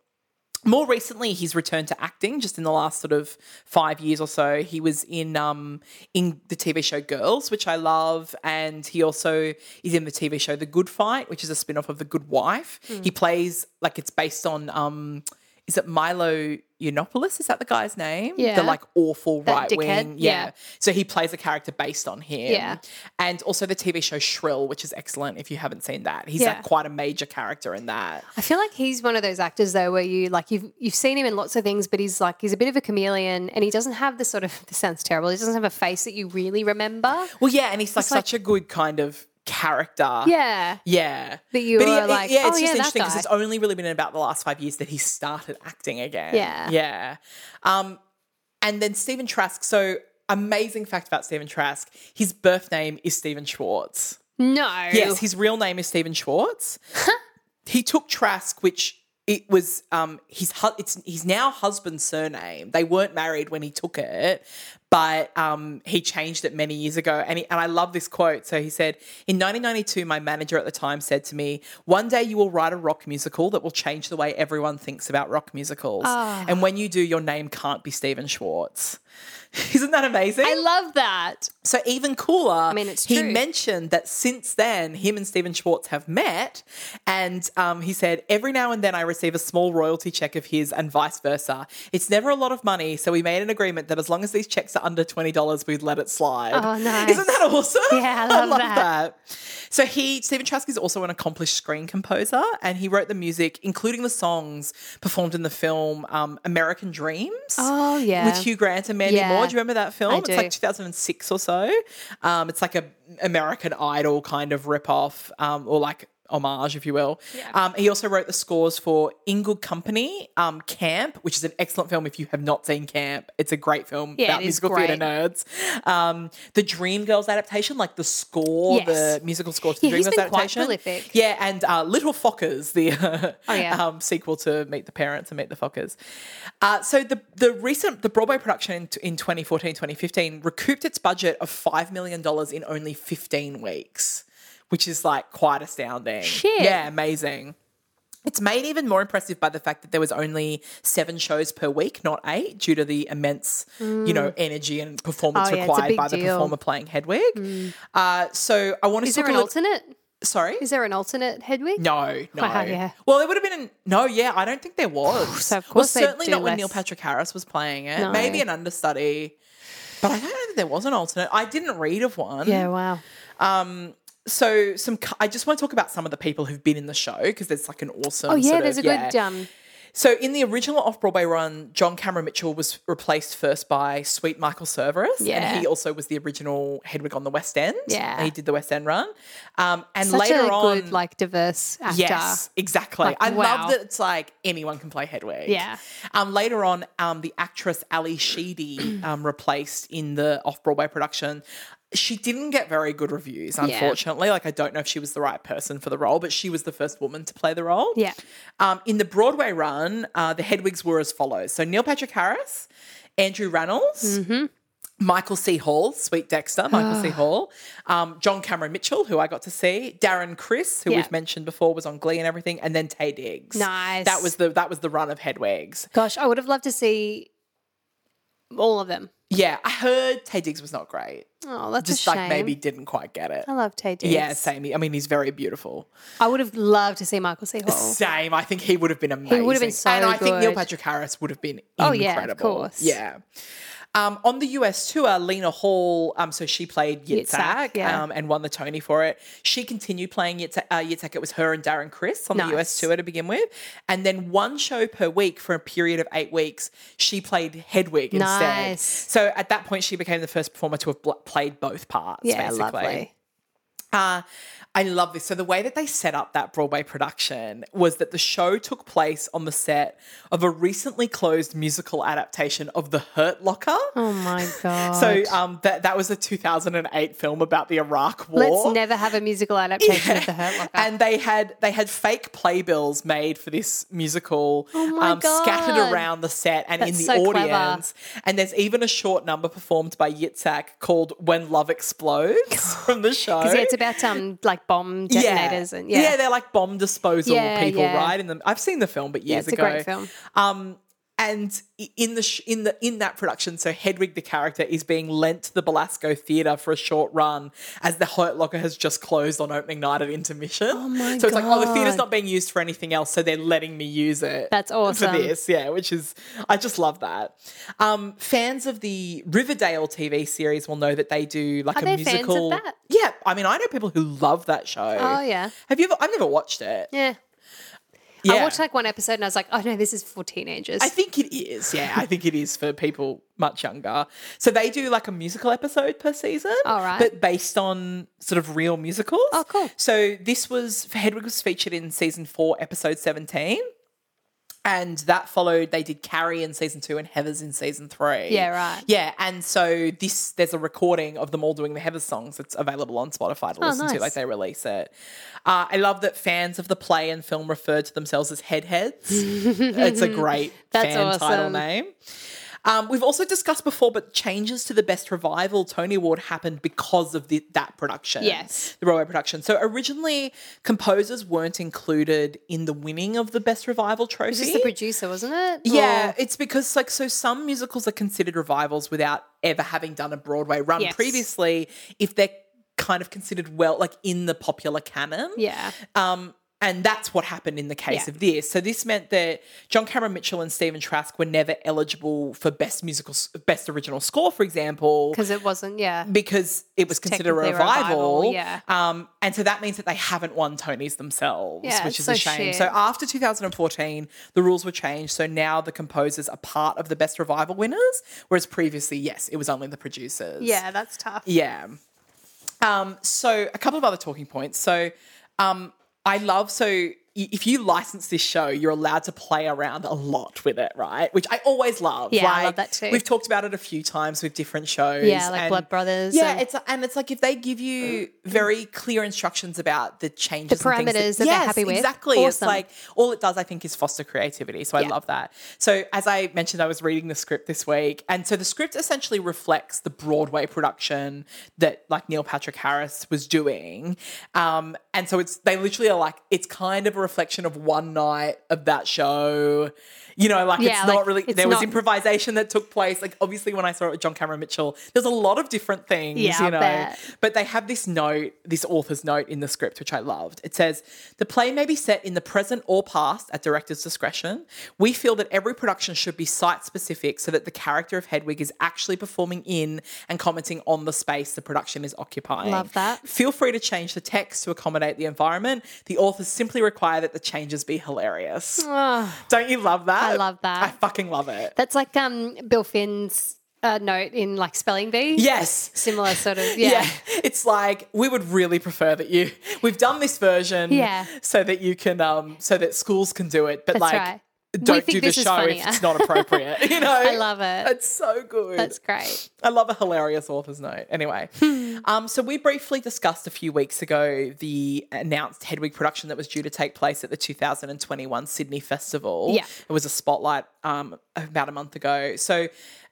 Speaker 1: More recently, he's returned to acting. Just in the last sort of five years or so, he was in um, in the TV show Girls, which I love, and he also is in the TV show The Good Fight, which is a spin off of The Good Wife.
Speaker 2: Hmm.
Speaker 1: He plays like it's based on um, is it Milo Yiannopoulos? Is that the guy's name?
Speaker 2: Yeah.
Speaker 1: the like awful
Speaker 2: That
Speaker 1: right
Speaker 2: dickhead,
Speaker 1: wing.
Speaker 2: yeah.
Speaker 1: So he plays a character based on him.
Speaker 2: Yeah.
Speaker 1: And also the TV show Shrill, which is excellent if you haven't seen that. He's
Speaker 2: Yeah.
Speaker 1: like quite a major character in that.
Speaker 2: I feel like he's one of those actors though, where you like you've you've seen him in lots of things, but he's like he's a bit of a chameleon, and he doesn't have the sort of this sounds terrible. He doesn't have a face that you really remember.
Speaker 1: Well, yeah, and he's like,
Speaker 2: like-
Speaker 1: such a good kind of character.
Speaker 2: Yeah,
Speaker 1: Yeah.
Speaker 2: That you
Speaker 1: he-
Speaker 2: are
Speaker 1: it-
Speaker 2: like,
Speaker 1: yeah,
Speaker 2: "Oh,
Speaker 1: it's
Speaker 2: yeah,
Speaker 1: just
Speaker 2: that
Speaker 1: interesting because
Speaker 2: guy."
Speaker 1: it's only really been in about the last five years that he started acting again.
Speaker 2: Yeah.
Speaker 1: Yeah. Um, and then Stephen Trask. So, amazing fact about Stephen Trask his birth name is Stephen Schwartz.
Speaker 2: no,
Speaker 1: Yes, his real name is Stephen Schwartz. he took Trask, which it was um, his hu- it's his now husband's surname. They weren't married when he took it, but um, he changed it many years ago. And, he, and I love this quote. So he said, "In 1992, my manager at the time said to me, "One day you will write a rock musical that will change the way everyone thinks about rock musicals. And when you do, your name can't be Stephen Schwartz." Isn't that amazing?
Speaker 2: I love that.
Speaker 1: So even cooler, I
Speaker 2: mean, it's
Speaker 1: he
Speaker 2: true.
Speaker 1: mentioned that since then, him and Stephen Schwartz have met, and um, he said every now and then I receive a small royalty check of his, and vice versa. It's never a lot of money, so we made an agreement that as long as these checks are under twenty dollars, we'd let it slide.
Speaker 2: Oh, nice.
Speaker 1: Isn't that awesome?
Speaker 2: Yeah, I love that.
Speaker 1: that. So he, Stephen Trusky, is also an accomplished screen composer, and he wrote the music, including the songs performed in the film um, American Dreams.
Speaker 2: Oh, yeah.
Speaker 1: with Hugh Grant and Mandy
Speaker 2: Yeah.
Speaker 1: Moore. Do you remember that film?
Speaker 2: I
Speaker 1: it's
Speaker 2: do.
Speaker 1: like 2006 or so. Um, it's like a American Idol kind of ripoff, um, or like homage, if you will. Um, he also wrote the scores for Ingood Company, um, Camp, which is an excellent film. If you have not seen Camp, it's a great film
Speaker 2: Yeah,
Speaker 1: about
Speaker 2: it is
Speaker 1: musical theatre nerds. Um, the Dreamgirls adaptation, like the score,
Speaker 2: Yes.
Speaker 1: the musical score to the
Speaker 2: Yeah,
Speaker 1: Dreamgirls
Speaker 2: he's been quite
Speaker 1: adaptation.
Speaker 2: prolific.
Speaker 1: Yeah, and uh, Little Fockers, the uh,
Speaker 2: Oh, yeah.
Speaker 1: um, sequel to Meet the Parents and Meet the Fockers. Uh, so the the recent the Broadway production in, in 2014 2015 recouped its budget of five million dollars in only 15 weeks, which is like quite astounding.
Speaker 2: Shit.
Speaker 1: Yeah, amazing. It's made even more impressive by the fact that there was only seven shows per week, not eight, due to the immense, you know, energy and performance
Speaker 2: Mm. Oh, yeah, it's a
Speaker 1: required
Speaker 2: big
Speaker 1: by the
Speaker 2: deal. Mm.
Speaker 1: performer playing Hedwig. Uh, so I want to
Speaker 2: Is there
Speaker 1: talk
Speaker 2: an
Speaker 1: a little.
Speaker 2: alternate?
Speaker 1: Sorry,
Speaker 2: Is there an alternate Hedwig?
Speaker 1: no, no.
Speaker 2: Wow, yeah.
Speaker 1: Well, it would have been an, no, yeah. I don't think there was.
Speaker 2: So of
Speaker 1: well,
Speaker 2: course they'd
Speaker 1: certainly
Speaker 2: do
Speaker 1: not when
Speaker 2: less.
Speaker 1: Neil Patrick Harris was playing it.
Speaker 2: No.
Speaker 1: Maybe an understudy, but I don't know that there was an alternate. I didn't read of one.
Speaker 2: Yeah, wow.
Speaker 1: So some, cu- I just want to talk about some of the people who've been in the show because there's like an awesome.
Speaker 2: Oh yeah,
Speaker 1: sort
Speaker 2: there's a
Speaker 1: of-
Speaker 2: good
Speaker 1: yeah.
Speaker 2: um
Speaker 1: So in the original off-Broadway run, John Cameron Mitchell was replaced first by Sweet Michael Cerverus,
Speaker 2: Yeah.
Speaker 1: and he also was the original Hedwig on the West End.
Speaker 2: Yeah.
Speaker 1: he did the West End run, um, and
Speaker 2: such
Speaker 1: later
Speaker 2: a
Speaker 1: on,
Speaker 2: good like diverse actor.
Speaker 1: Yes, exactly.
Speaker 2: Like,
Speaker 1: I
Speaker 2: wow.
Speaker 1: love that it's like anyone can play Hedwig.
Speaker 2: Yeah.
Speaker 1: Um, later on, um, the actress Ali Sheedy um, replaced in the off Broadway production. She didn't get very good reviews, unfortunately. Like, I don't know if she was the right person for the role, but she was the first woman to play the role.
Speaker 2: Yeah.
Speaker 1: Um, in the Broadway run, uh, the Hedwigs were as follows. So, Neil Patrick Harris, Andrew Rannells,
Speaker 2: Mm-hmm.
Speaker 1: Michael C. Hall, Sweet Dexter, Michael
Speaker 2: Ah.
Speaker 1: C. Hall, um, John Cameron Mitchell, who I got to see, Darren Chris, who
Speaker 2: Yeah.
Speaker 1: we've mentioned before, was on Glee and everything, and then Tay Diggs.
Speaker 2: Nice.
Speaker 1: That was the that was the run of Hedwigs.
Speaker 2: Gosh, I would have loved to see all of them.
Speaker 1: Yeah, I heard Tay Diggs was not great.
Speaker 2: Oh, that's
Speaker 1: Just
Speaker 2: a shame.
Speaker 1: like maybe didn't quite get it.
Speaker 2: I love Tay Diggs.
Speaker 1: Yeah, same. I mean, he's very beautiful.
Speaker 2: I would have loved to see Michael C. Hall.
Speaker 1: Same. I think he would have been amazing.
Speaker 2: would have been so
Speaker 1: And I think Neil
Speaker 2: good.
Speaker 1: Patrick Harris would have been
Speaker 2: Oh,
Speaker 1: incredible.
Speaker 2: yeah, of course.
Speaker 1: Yeah. Um, on the US tour, Lena Hall, um, so she played Yitzhak,
Speaker 2: Yitzhak, yeah.
Speaker 1: um, and won the Tony for it. She continued playing Yitzhak. Uh, Yitzhak. It was her and Darren Chris on the US
Speaker 2: Nice.
Speaker 1: tour to begin with. And then one show per week for a period of eight weeks, she played Hedwig instead.
Speaker 2: Nice.
Speaker 1: So at that point, she became the first performer to have bl- played both parts,
Speaker 2: Yeah,
Speaker 1: basically.
Speaker 2: lovely.
Speaker 1: Uh, I love this. So the way that they set up that Broadway production was that the show took place on the set of a recently closed musical adaptation of The Hurt Locker.
Speaker 2: Oh my god.
Speaker 1: So um, that that was a 2008 film about the Iraq War.
Speaker 2: let's never have a musical adaptation of The Hurt Locker.
Speaker 1: And they had they had fake playbills made for this musical,
Speaker 2: Oh
Speaker 1: um,
Speaker 2: my
Speaker 1: scattered
Speaker 2: God.
Speaker 1: around the set and in
Speaker 2: That's
Speaker 1: the
Speaker 2: so clever.
Speaker 1: audience. And there's even a short number performed by Yitzhak called "When Love Explodes" from the show.
Speaker 2: Because yeah, it's about um like bomb detonators and yeah.
Speaker 1: they're like bomb disposal
Speaker 2: Yeah,
Speaker 1: people,
Speaker 2: yeah.
Speaker 1: right? In them, I've seen the film, but years
Speaker 2: it's a
Speaker 1: ago.
Speaker 2: great film.
Speaker 1: Um, and i- in the sh- in the in that production, so Hedwig the character is being lent to the Belasco Theatre for a short run, as the Hurt Locker has just closed on opening night at intermission. Oh
Speaker 2: my
Speaker 1: so it's like, oh, the theatre's
Speaker 2: God.
Speaker 1: not being used for anything else, so they're letting me use it.
Speaker 2: That's awesome.
Speaker 1: For this, yeah, which is I just love that. Um, fans of the Riverdale TV series will know that they do like
Speaker 2: Are
Speaker 1: a
Speaker 2: there fans of
Speaker 1: musical.
Speaker 2: that?
Speaker 1: Yeah, I mean, I know people who love that show.
Speaker 2: Oh yeah.
Speaker 1: Have you ever? I've never watched it.
Speaker 2: Yeah.
Speaker 1: Yeah.
Speaker 2: I watched like one episode and I was like, oh no, this is for teenagers.
Speaker 1: I think it is. Yeah, I think it is for people much younger. So they do like a musical episode per season.
Speaker 2: All right.
Speaker 1: But based on sort of real musicals.
Speaker 2: Oh, cool.
Speaker 1: So this was Hedwig was featured in season four, episode 17. And that followed, they did Carrie in season two and Heather's in season three.
Speaker 2: Yeah, right.
Speaker 1: Yeah, and so this, there's a recording of them all doing the Heather songs that's available on Spotify to listen to,
Speaker 2: Oh, nice.
Speaker 1: like they release it. Uh, I love that fans of the play and film refer to themselves as headheads. it's a great
Speaker 2: Mm-hmm. That's
Speaker 1: fan title
Speaker 2: awesome.
Speaker 1: name. Um, we've also discussed before, but changes to the Best Revival Tony Award happened because of the, that production.
Speaker 2: Yes.
Speaker 1: The Broadway production. So originally, composers weren't included in the winning of the Best Revival Trophy.
Speaker 2: Just the producer, wasn't it?
Speaker 1: Yeah,
Speaker 2: Or-
Speaker 1: it's because like so some musicals are considered revivals without ever having done a Broadway run
Speaker 2: Yes.
Speaker 1: previously if they're kind of considered well like in the popular canon.
Speaker 2: yeah.
Speaker 1: Um and that's what happened in the case
Speaker 2: Yeah.
Speaker 1: of this. So this meant that John Cameron Mitchell and Stephen Trask were never eligible for best musical best original score for example
Speaker 2: Because it wasn't, yeah.
Speaker 1: because it was considered a
Speaker 2: technically a
Speaker 1: revival.
Speaker 2: revival, yeah.
Speaker 1: Um, and so that means that they haven't won Tonys themselves,
Speaker 2: Yeah,
Speaker 1: which is
Speaker 2: it's so
Speaker 1: a shame.
Speaker 2: shit.
Speaker 1: So after 2014, the rules were changed. So now the composers are part of the best revival winners, whereas previously, yes, it was only the producers.
Speaker 2: Yeah, that's tough.
Speaker 1: Yeah. Um, so a couple of other talking points. So um, I love so y- if you license this show, you're allowed to play around a lot with it, right? Which I always love.
Speaker 2: Yeah, I love that too.
Speaker 1: We've talked about it a few times with different shows.
Speaker 2: Yeah, like
Speaker 1: and-
Speaker 2: Blood Brothers
Speaker 1: Yeah,
Speaker 2: and- Mm.
Speaker 1: it's and it's like if they give you very clear instructions about the changes,
Speaker 2: The
Speaker 1: and things
Speaker 2: parameters that they're
Speaker 1: Yes,
Speaker 2: happy with.
Speaker 1: Exactly. It's
Speaker 2: Awesome.
Speaker 1: like all it does, I think, is foster creativity. So I
Speaker 2: Yeah.
Speaker 1: love that. So as I mentioned, I was reading the script this week, and so the script essentially reflects the Broadway production that like Neil Patrick Harris was doing, um, and so it's they literally are like it's kind of a reflection of one night of that show. You know, like
Speaker 2: Yeah,
Speaker 1: it's not
Speaker 2: like,
Speaker 1: really
Speaker 2: it's
Speaker 1: there was
Speaker 2: not-
Speaker 1: improvisation that took place. Like obviously when I saw it with John Cameron Mitchell, there's a lot of different things,
Speaker 2: Yeah, I
Speaker 1: you know.
Speaker 2: bet.
Speaker 1: But they have this note, this author's note in the script, which I loved. It says, The play may be set in the present or past at director's discretion. We feel that every production should be site specific so that the character of Hedwig is actually performing in and commenting on the space the production is occupying.
Speaker 2: Love that.
Speaker 1: Feel free to change the text to accommodate the environment. The authors simply require that the changes be hilarious. Don't you love that?
Speaker 2: I love that.
Speaker 1: I fucking love it.
Speaker 2: That's like um, Bill Finn's uh, note in like Spelling Bee.
Speaker 1: yes.
Speaker 2: Similar sort of,
Speaker 1: Yeah.
Speaker 2: yeah.
Speaker 1: It's like we would really prefer that you we've done this version
Speaker 2: Yeah.
Speaker 1: so that you can um so that schools can do it, but
Speaker 2: That's
Speaker 1: like
Speaker 2: right. We
Speaker 1: don't
Speaker 2: think
Speaker 1: do the
Speaker 2: this is
Speaker 1: show if
Speaker 2: funnier.
Speaker 1: it's not appropriate. You know? I
Speaker 2: love it.
Speaker 1: It's so good.
Speaker 2: That's Hmm. great.
Speaker 1: I love a hilarious author's note. Anyway, um, so we briefly discussed a few weeks ago the announced Hedwig production that was due to take place at the 2021 Sydney Festival.
Speaker 2: Yeah.
Speaker 1: It was a spotlight um, about a month ago. So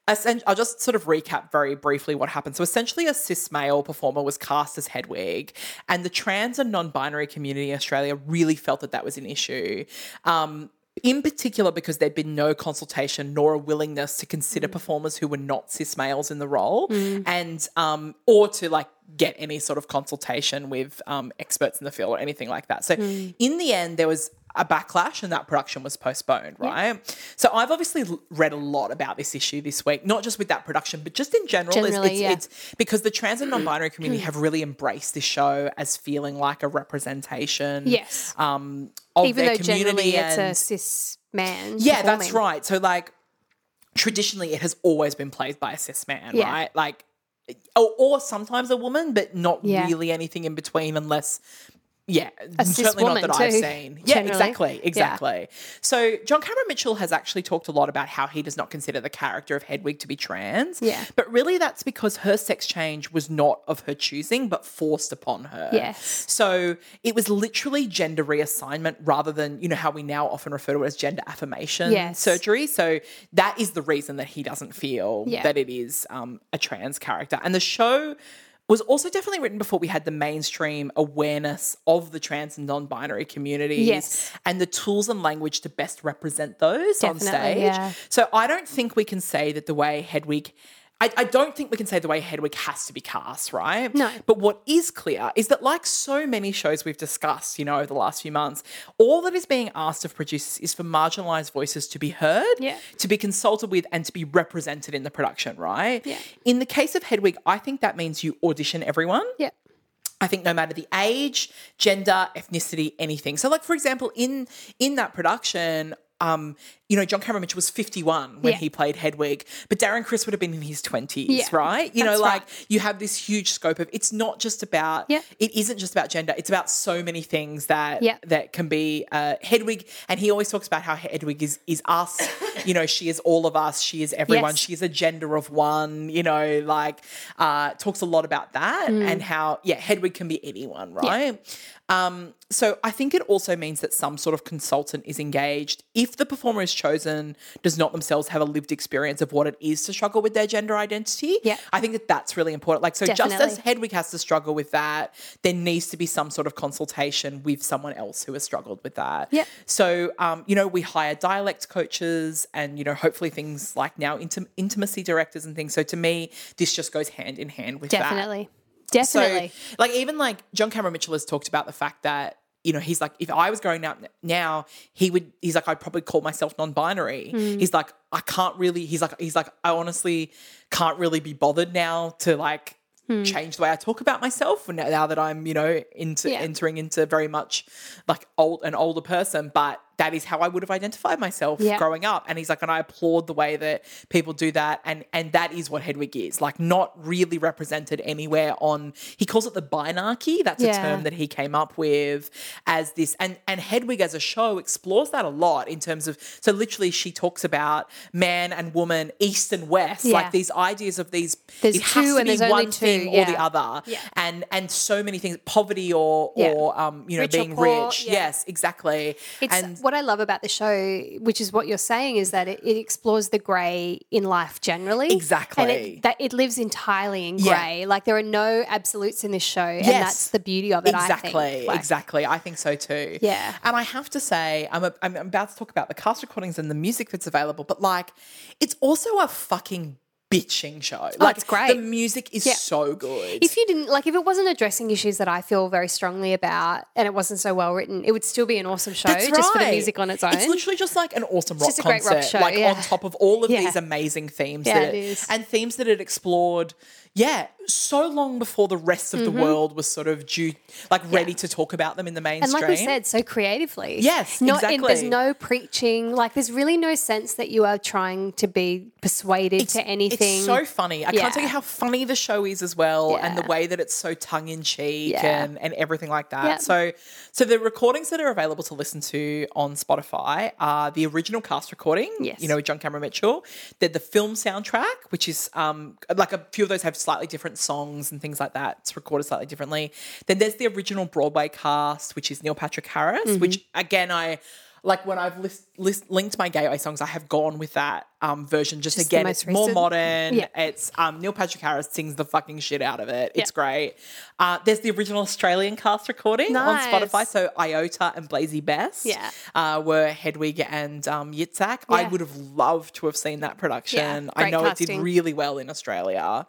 Speaker 1: essen- I'll just sort of recap very briefly what happened. So essentially, a cis male performer was cast as Hedwig, and the trans and non binary community in Australia really felt that that was an issue. Um, in particular, because there'd been no consultation nor a willingness to consider performers who were not cis males in the role, and um, or to like get any sort of consultation with um, experts in the field or anything like that. So, in the end, there was a backlash and that production was postponed, right? So I've obviously l- read a lot about this issue this week, not just with that production, but just in general. it's-
Speaker 2: Generally,
Speaker 1: it's,
Speaker 2: yeah.
Speaker 1: it's because the trans and non-binary community have really embraced this show as feeling like a representation,
Speaker 2: Yes.
Speaker 1: um, of
Speaker 2: Even
Speaker 1: their
Speaker 2: though generally
Speaker 1: community
Speaker 2: it's
Speaker 1: and
Speaker 2: a cis man.
Speaker 1: yeah, that's
Speaker 2: performing.
Speaker 1: right. So like traditionally it has always been played by a cis man,
Speaker 2: Yeah.
Speaker 1: right? Like or, or sometimes a woman, but not
Speaker 2: Yeah.
Speaker 1: really anything in between unless yeah,
Speaker 2: cis
Speaker 1: certainly
Speaker 2: woman
Speaker 1: not that I've
Speaker 2: too,
Speaker 1: seen. Yeah,
Speaker 2: generally.
Speaker 1: exactly,
Speaker 2: Yeah.
Speaker 1: exactly. So John Cameron Mitchell has actually talked a lot about how he does not consider the character of Hedwig to be trans.
Speaker 2: Yeah.
Speaker 1: But really that's because her sex change was not of her choosing but forced upon her.
Speaker 2: Yes.
Speaker 1: So it was literally gender reassignment rather than, you know, how we now often refer to it as gender affirmation
Speaker 2: Yes.
Speaker 1: surgery. So that is the reason that he doesn't feel
Speaker 2: Yeah.
Speaker 1: that it is um, a trans character. And the show was also definitely written before we had the mainstream awareness of the trans and non-binary communities
Speaker 2: Yes.
Speaker 1: and the tools and language to best represent those on
Speaker 2: Definitely,
Speaker 1: stage.
Speaker 2: yeah.
Speaker 1: So I don't think we can say that the way Hedwig. I, I don't think we can say the way Hedwig has to be cast, right?
Speaker 2: No.
Speaker 1: But what is clear is that, like so many shows we've discussed, you know, over the last few months, all that is being asked of producers is for marginalized voices to be heard,
Speaker 2: Yeah.
Speaker 1: to be consulted with, and to be represented in the production, right?
Speaker 2: Yeah.
Speaker 1: In the case of Hedwig, I think that means you audition everyone.
Speaker 2: Yeah.
Speaker 1: I think no matter the age, gender, ethnicity, anything. So, like for example, in in that production, um, you know, John Cameron Mitchell was 51 when
Speaker 2: Yeah.
Speaker 1: he played Hedwig, but Darren Chris would have been in his 20s,
Speaker 2: Yeah,
Speaker 1: right? You know,
Speaker 2: that's
Speaker 1: like
Speaker 2: right.
Speaker 1: you have this huge scope of it's not just about
Speaker 2: Yeah.
Speaker 1: it isn't just about gender. It's about so many things that
Speaker 2: Yeah.
Speaker 1: that can be uh, Hedwig and he always talks about how Hedwig is is us, you know, she is all of us, she is everyone,
Speaker 2: Yes.
Speaker 1: she is a gender of one, you know, like uh talks a lot about that
Speaker 2: Mm.
Speaker 1: and how yeah, Hedwig can be anyone, right? Um, so I think it also means that some sort of consultant is engaged. If the performer is chosen does not themselves have a lived experience of what it is to struggle with their gender identity,
Speaker 2: Yeah.
Speaker 1: I think that that's really important. Like, so just as
Speaker 2: Definitely.
Speaker 1: Hedwig has to struggle with that, there needs to be some sort of consultation with someone else who has struggled with that.
Speaker 2: Yeah.
Speaker 1: So, um, you know, we hire dialect coaches and, you know, hopefully things like now intim- intimacy directors and things. So to me, this just goes hand in hand with that.
Speaker 2: Definitely. Definitely.
Speaker 1: So, like, even like John Cameron Mitchell has talked about the fact that you know he's like, if I was growing up now, he would. He's like, I'd probably call myself non-binary.
Speaker 2: Hmm.
Speaker 1: He's like, I can't really. He's like, he's like, I honestly can't really be bothered now to like.
Speaker 2: Hmm.
Speaker 1: Change the way I talk about myself now, now that I'm, you know, into
Speaker 2: Yeah.
Speaker 1: entering into very much like old an older person. But that is how I would have identified myself
Speaker 2: Yeah.
Speaker 1: growing growing up and he's like and i applaud the way that people do that and and that is what hedwig is like not really represented anywhere on he calls it the binarchy that's a
Speaker 2: Yeah.
Speaker 1: term that he came up with as this and and hedwig as a show explores that a lot in terms of so literally she talks about man and woman east and west
Speaker 2: Yeah.
Speaker 1: like these ideas of these
Speaker 2: There's
Speaker 1: it has
Speaker 2: two
Speaker 1: to
Speaker 2: and
Speaker 1: be
Speaker 2: there's only
Speaker 1: one
Speaker 2: two,
Speaker 1: thing or the
Speaker 2: yeah.
Speaker 1: other
Speaker 2: Yeah.
Speaker 1: and and so many things poverty or
Speaker 2: Yeah.
Speaker 1: or um you know
Speaker 2: Rich or
Speaker 1: being
Speaker 2: poor,
Speaker 1: rich
Speaker 2: yeah.
Speaker 1: yes exactly
Speaker 2: It's
Speaker 1: and
Speaker 2: what I love about the show, which is what you're saying, is that it, it explores the grey in life generally. And
Speaker 1: Exactly.
Speaker 2: it, that it lives entirely in
Speaker 1: Yeah.
Speaker 2: grey. Like there are no absolutes in this show,
Speaker 1: Yes.
Speaker 2: and that's the beauty of it.
Speaker 1: Exactly,
Speaker 2: I think. Like,
Speaker 1: exactly. I think so too.
Speaker 2: Yeah.
Speaker 1: And I have to say, I'm, a, I'm I'm about to talk about the cast recordings and the music that's available, but like, it's also a fucking bitching show. Like,
Speaker 2: Oh, it's great.
Speaker 1: The music is
Speaker 2: Yeah.
Speaker 1: so good.
Speaker 2: If you didn't like, if it wasn't addressing issues that I feel very strongly about, and it wasn't so well written, it would still be an awesome show
Speaker 1: That's
Speaker 2: just for the
Speaker 1: right.
Speaker 2: music on its own.
Speaker 1: It's literally just like an awesome rock
Speaker 2: just a great
Speaker 1: concert,
Speaker 2: rock show,
Speaker 1: like
Speaker 2: yeah.
Speaker 1: on top of all of
Speaker 2: Yeah.
Speaker 1: these amazing themes
Speaker 2: Yeah,
Speaker 1: that
Speaker 2: it is.
Speaker 1: and themes that it explored. Yeah, so long before the rest of
Speaker 2: Mm-hmm.
Speaker 1: the world was sort of due, like ready to talk about them in the mainstream.
Speaker 2: and like we said, so creatively.
Speaker 1: Yes,
Speaker 2: not in, there's
Speaker 1: exactly.
Speaker 2: no preaching. Like there's really no sense that you are trying to be persuaded to anything.
Speaker 1: It's so funny. I
Speaker 2: Yeah.
Speaker 1: can't tell you how funny the show is as well, and the
Speaker 2: Yeah.
Speaker 1: way that it's so tongue in cheek
Speaker 2: Yeah.
Speaker 1: and, and everything like that.
Speaker 2: Yeah.
Speaker 1: So, so the recordings that are available to listen to on Spotify are the original cast recording.
Speaker 2: Yes.
Speaker 1: you know, with John Cameron Mitchell. They're the film soundtrack, which is um like a few of those have slightly different songs and things like that. It's recorded slightly differently. Then there's the original Broadway cast, which is Neil Patrick Harris,
Speaker 2: Mm-hmm.
Speaker 1: which again I. Like when I've list, list, linked my gateway songs, I have gone with that um, version just
Speaker 2: Just the
Speaker 1: again,
Speaker 2: most
Speaker 1: it's more
Speaker 2: recent.
Speaker 1: modern.
Speaker 2: Yeah.
Speaker 1: It's um, Neil Patrick Harris sings the fucking shit out of it. It's great. Uh, there's the original Australian cast recording
Speaker 2: Nice.
Speaker 1: on Spotify. So Iota and Blazy Best
Speaker 2: Yeah.
Speaker 1: uh, were Hedwig and um, Yitzhak. I
Speaker 2: Yeah.
Speaker 1: would have loved to have seen that production.
Speaker 2: Yeah,
Speaker 1: I
Speaker 2: great
Speaker 1: know it did
Speaker 2: casting.
Speaker 1: really well in Australia.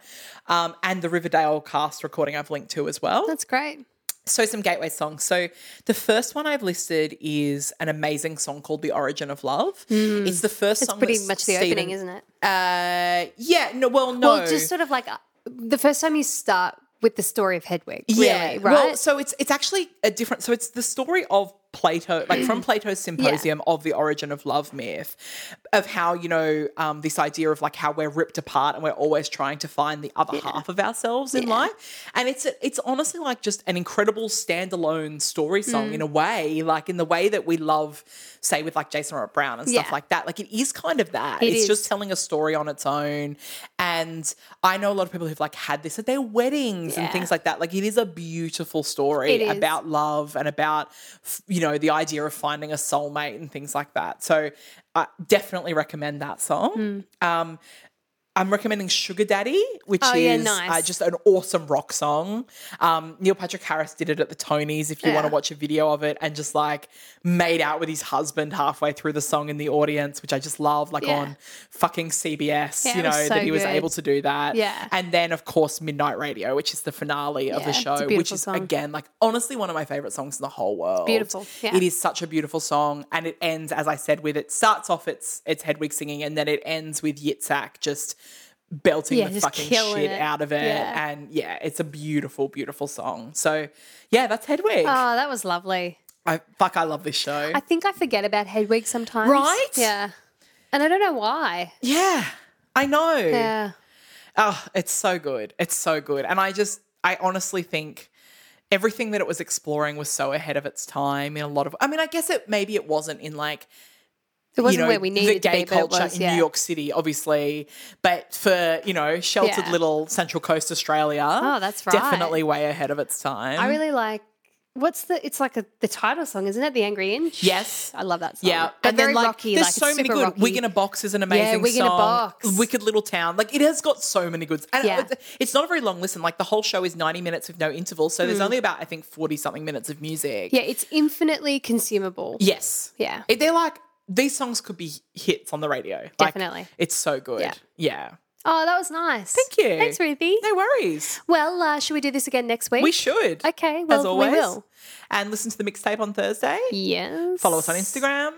Speaker 1: Um, and the Riverdale cast recording I've linked to as well.
Speaker 2: That's great.
Speaker 1: So some gateway songs. So the first one I've listed is an amazing song called "The Origin of Love." It's the first song.
Speaker 2: Mm. Pretty
Speaker 1: that
Speaker 2: much the
Speaker 1: Stephen-
Speaker 2: opening, isn't it?
Speaker 1: Uh, yeah. No. Well, no.
Speaker 2: Well, just sort of like uh, the first time you start with the story of Hedwig, really, right?
Speaker 1: Well, so it's it's actually a different. So it's the story of Plato, like from Plato's Symposium of the origin of love myth, of how you know um, this idea of like how we're ripped apart and we're always trying to find the other half of ourselves in life, and it's it's honestly like just an incredible standalone story song
Speaker 2: Mm.
Speaker 1: in a way, like in the way that we love, say with like Jason Robert Brown and stuff
Speaker 2: Yeah.
Speaker 1: like that. Like it is kind of that.
Speaker 2: It
Speaker 1: it's
Speaker 2: is.
Speaker 1: just telling a story on its own, and I know a lot of people who've like had this at their weddings and
Speaker 2: Yeah.
Speaker 1: things like like that. Like it is a beautiful story
Speaker 2: It is.
Speaker 1: about love and about f- you know the idea of finding a soulmate and things like that. So I definitely recommend that song.
Speaker 2: Hmm.
Speaker 1: Um, I'm recommending Sugar Daddy, which
Speaker 2: Oh,
Speaker 1: is
Speaker 2: yeah, nice.
Speaker 1: uh, just an awesome rock song. Um, Neil Patrick Harris did it at the Tonys. If you want to
Speaker 2: Yeah.
Speaker 1: watch a video of it, and just like made out with his husband halfway through the song in the audience, which I just love. Like
Speaker 2: Yeah.
Speaker 1: on fucking CBS,
Speaker 2: Yeah,
Speaker 1: you
Speaker 2: it
Speaker 1: know
Speaker 2: was so
Speaker 1: that he was
Speaker 2: good.
Speaker 1: able to do that.
Speaker 2: Yeah.
Speaker 1: and then of course Midnight Radio, which is the finale of the
Speaker 2: Yeah, it's a
Speaker 1: show, which
Speaker 2: beautiful
Speaker 1: is
Speaker 2: song.
Speaker 1: again like honestly one of my favorite songs in the whole world.
Speaker 2: beautiful, yeah.
Speaker 1: It is such a beautiful song, and it ends as I said with it starts off it's it's Hedwig singing, and then it ends with Yitzhak just belting
Speaker 2: Yeah,
Speaker 1: the
Speaker 2: just
Speaker 1: fucking
Speaker 2: killing
Speaker 1: shit
Speaker 2: it.
Speaker 1: out of it,
Speaker 2: Yeah.
Speaker 1: and yeah, it's a beautiful, beautiful song. So yeah, that's Hedwig.
Speaker 2: oh, that was lovely.
Speaker 1: I, fuck, I love this show.
Speaker 2: I think I forget about Hedwig sometimes.
Speaker 1: Right?
Speaker 2: Yeah. And I don't know why.
Speaker 1: Yeah, I know.
Speaker 2: Yeah.
Speaker 1: Oh, it's so good. It's so good. And I just, I honestly think everything that it was exploring was so ahead of its time in a lot of, I mean, I guess it maybe it wasn't in like,
Speaker 2: It wasn't
Speaker 1: you know,
Speaker 2: where we needed
Speaker 1: the
Speaker 2: to
Speaker 1: gay
Speaker 2: be, but it
Speaker 1: culture
Speaker 2: was,
Speaker 1: in
Speaker 2: yeah.
Speaker 1: New York City, obviously, but for, you know, sheltered
Speaker 2: Yeah.
Speaker 1: little Central Coast Australia.
Speaker 2: Oh, that's right.
Speaker 1: Definitely way ahead of its time.
Speaker 2: I really like what's the it's like a, the title song, isn't it? The Angry Inch.
Speaker 1: Yes.
Speaker 2: I love that song.
Speaker 1: Yeah,
Speaker 2: but
Speaker 1: and
Speaker 2: very
Speaker 1: then like
Speaker 2: rocky.
Speaker 1: there's
Speaker 2: like,
Speaker 1: so
Speaker 2: it's
Speaker 1: many
Speaker 2: super
Speaker 1: good.
Speaker 2: Rocky.
Speaker 1: Wig in a Box is an amazing
Speaker 2: Wig in a
Speaker 1: song.
Speaker 2: Box.
Speaker 1: Wicked Little Town, like it has got so many good. And
Speaker 2: Yeah.
Speaker 1: it- it's not a very long listen. Like the whole show is 90 minutes with no intervals, so there's only about I think 40 something minutes of music.
Speaker 2: Hmm. yeah, it's infinitely consumable.
Speaker 1: Yes.
Speaker 2: Yeah.
Speaker 1: It- they're like these songs could be hits on the radio. Like,
Speaker 2: Definitely.
Speaker 1: it's so good.
Speaker 2: Yeah.
Speaker 1: yeah.
Speaker 2: Oh, that was nice.
Speaker 1: Thank you.
Speaker 2: Thanks, Ruthie.
Speaker 1: No worries.
Speaker 2: Well, uh, should we do this again next week?
Speaker 1: We should.
Speaker 2: Okay, well,
Speaker 1: As
Speaker 2: we
Speaker 1: always.
Speaker 2: will.
Speaker 1: And listen to the mixtape on Thursday.
Speaker 2: Yes.
Speaker 1: Follow us on Instagram.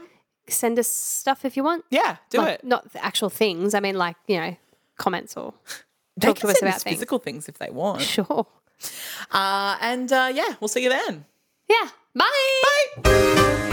Speaker 2: Send us stuff if you want.
Speaker 1: Yeah, do
Speaker 2: Like,
Speaker 1: it.
Speaker 2: Not the actual things. I mean, like you know, comments or
Speaker 1: They
Speaker 2: talk
Speaker 1: can
Speaker 2: to us
Speaker 1: send
Speaker 2: about
Speaker 1: us
Speaker 2: things.
Speaker 1: physical things if they want.
Speaker 2: sure.
Speaker 1: Uh, and uh, yeah, we'll see you then.
Speaker 2: Yeah. Bye.
Speaker 1: Bye.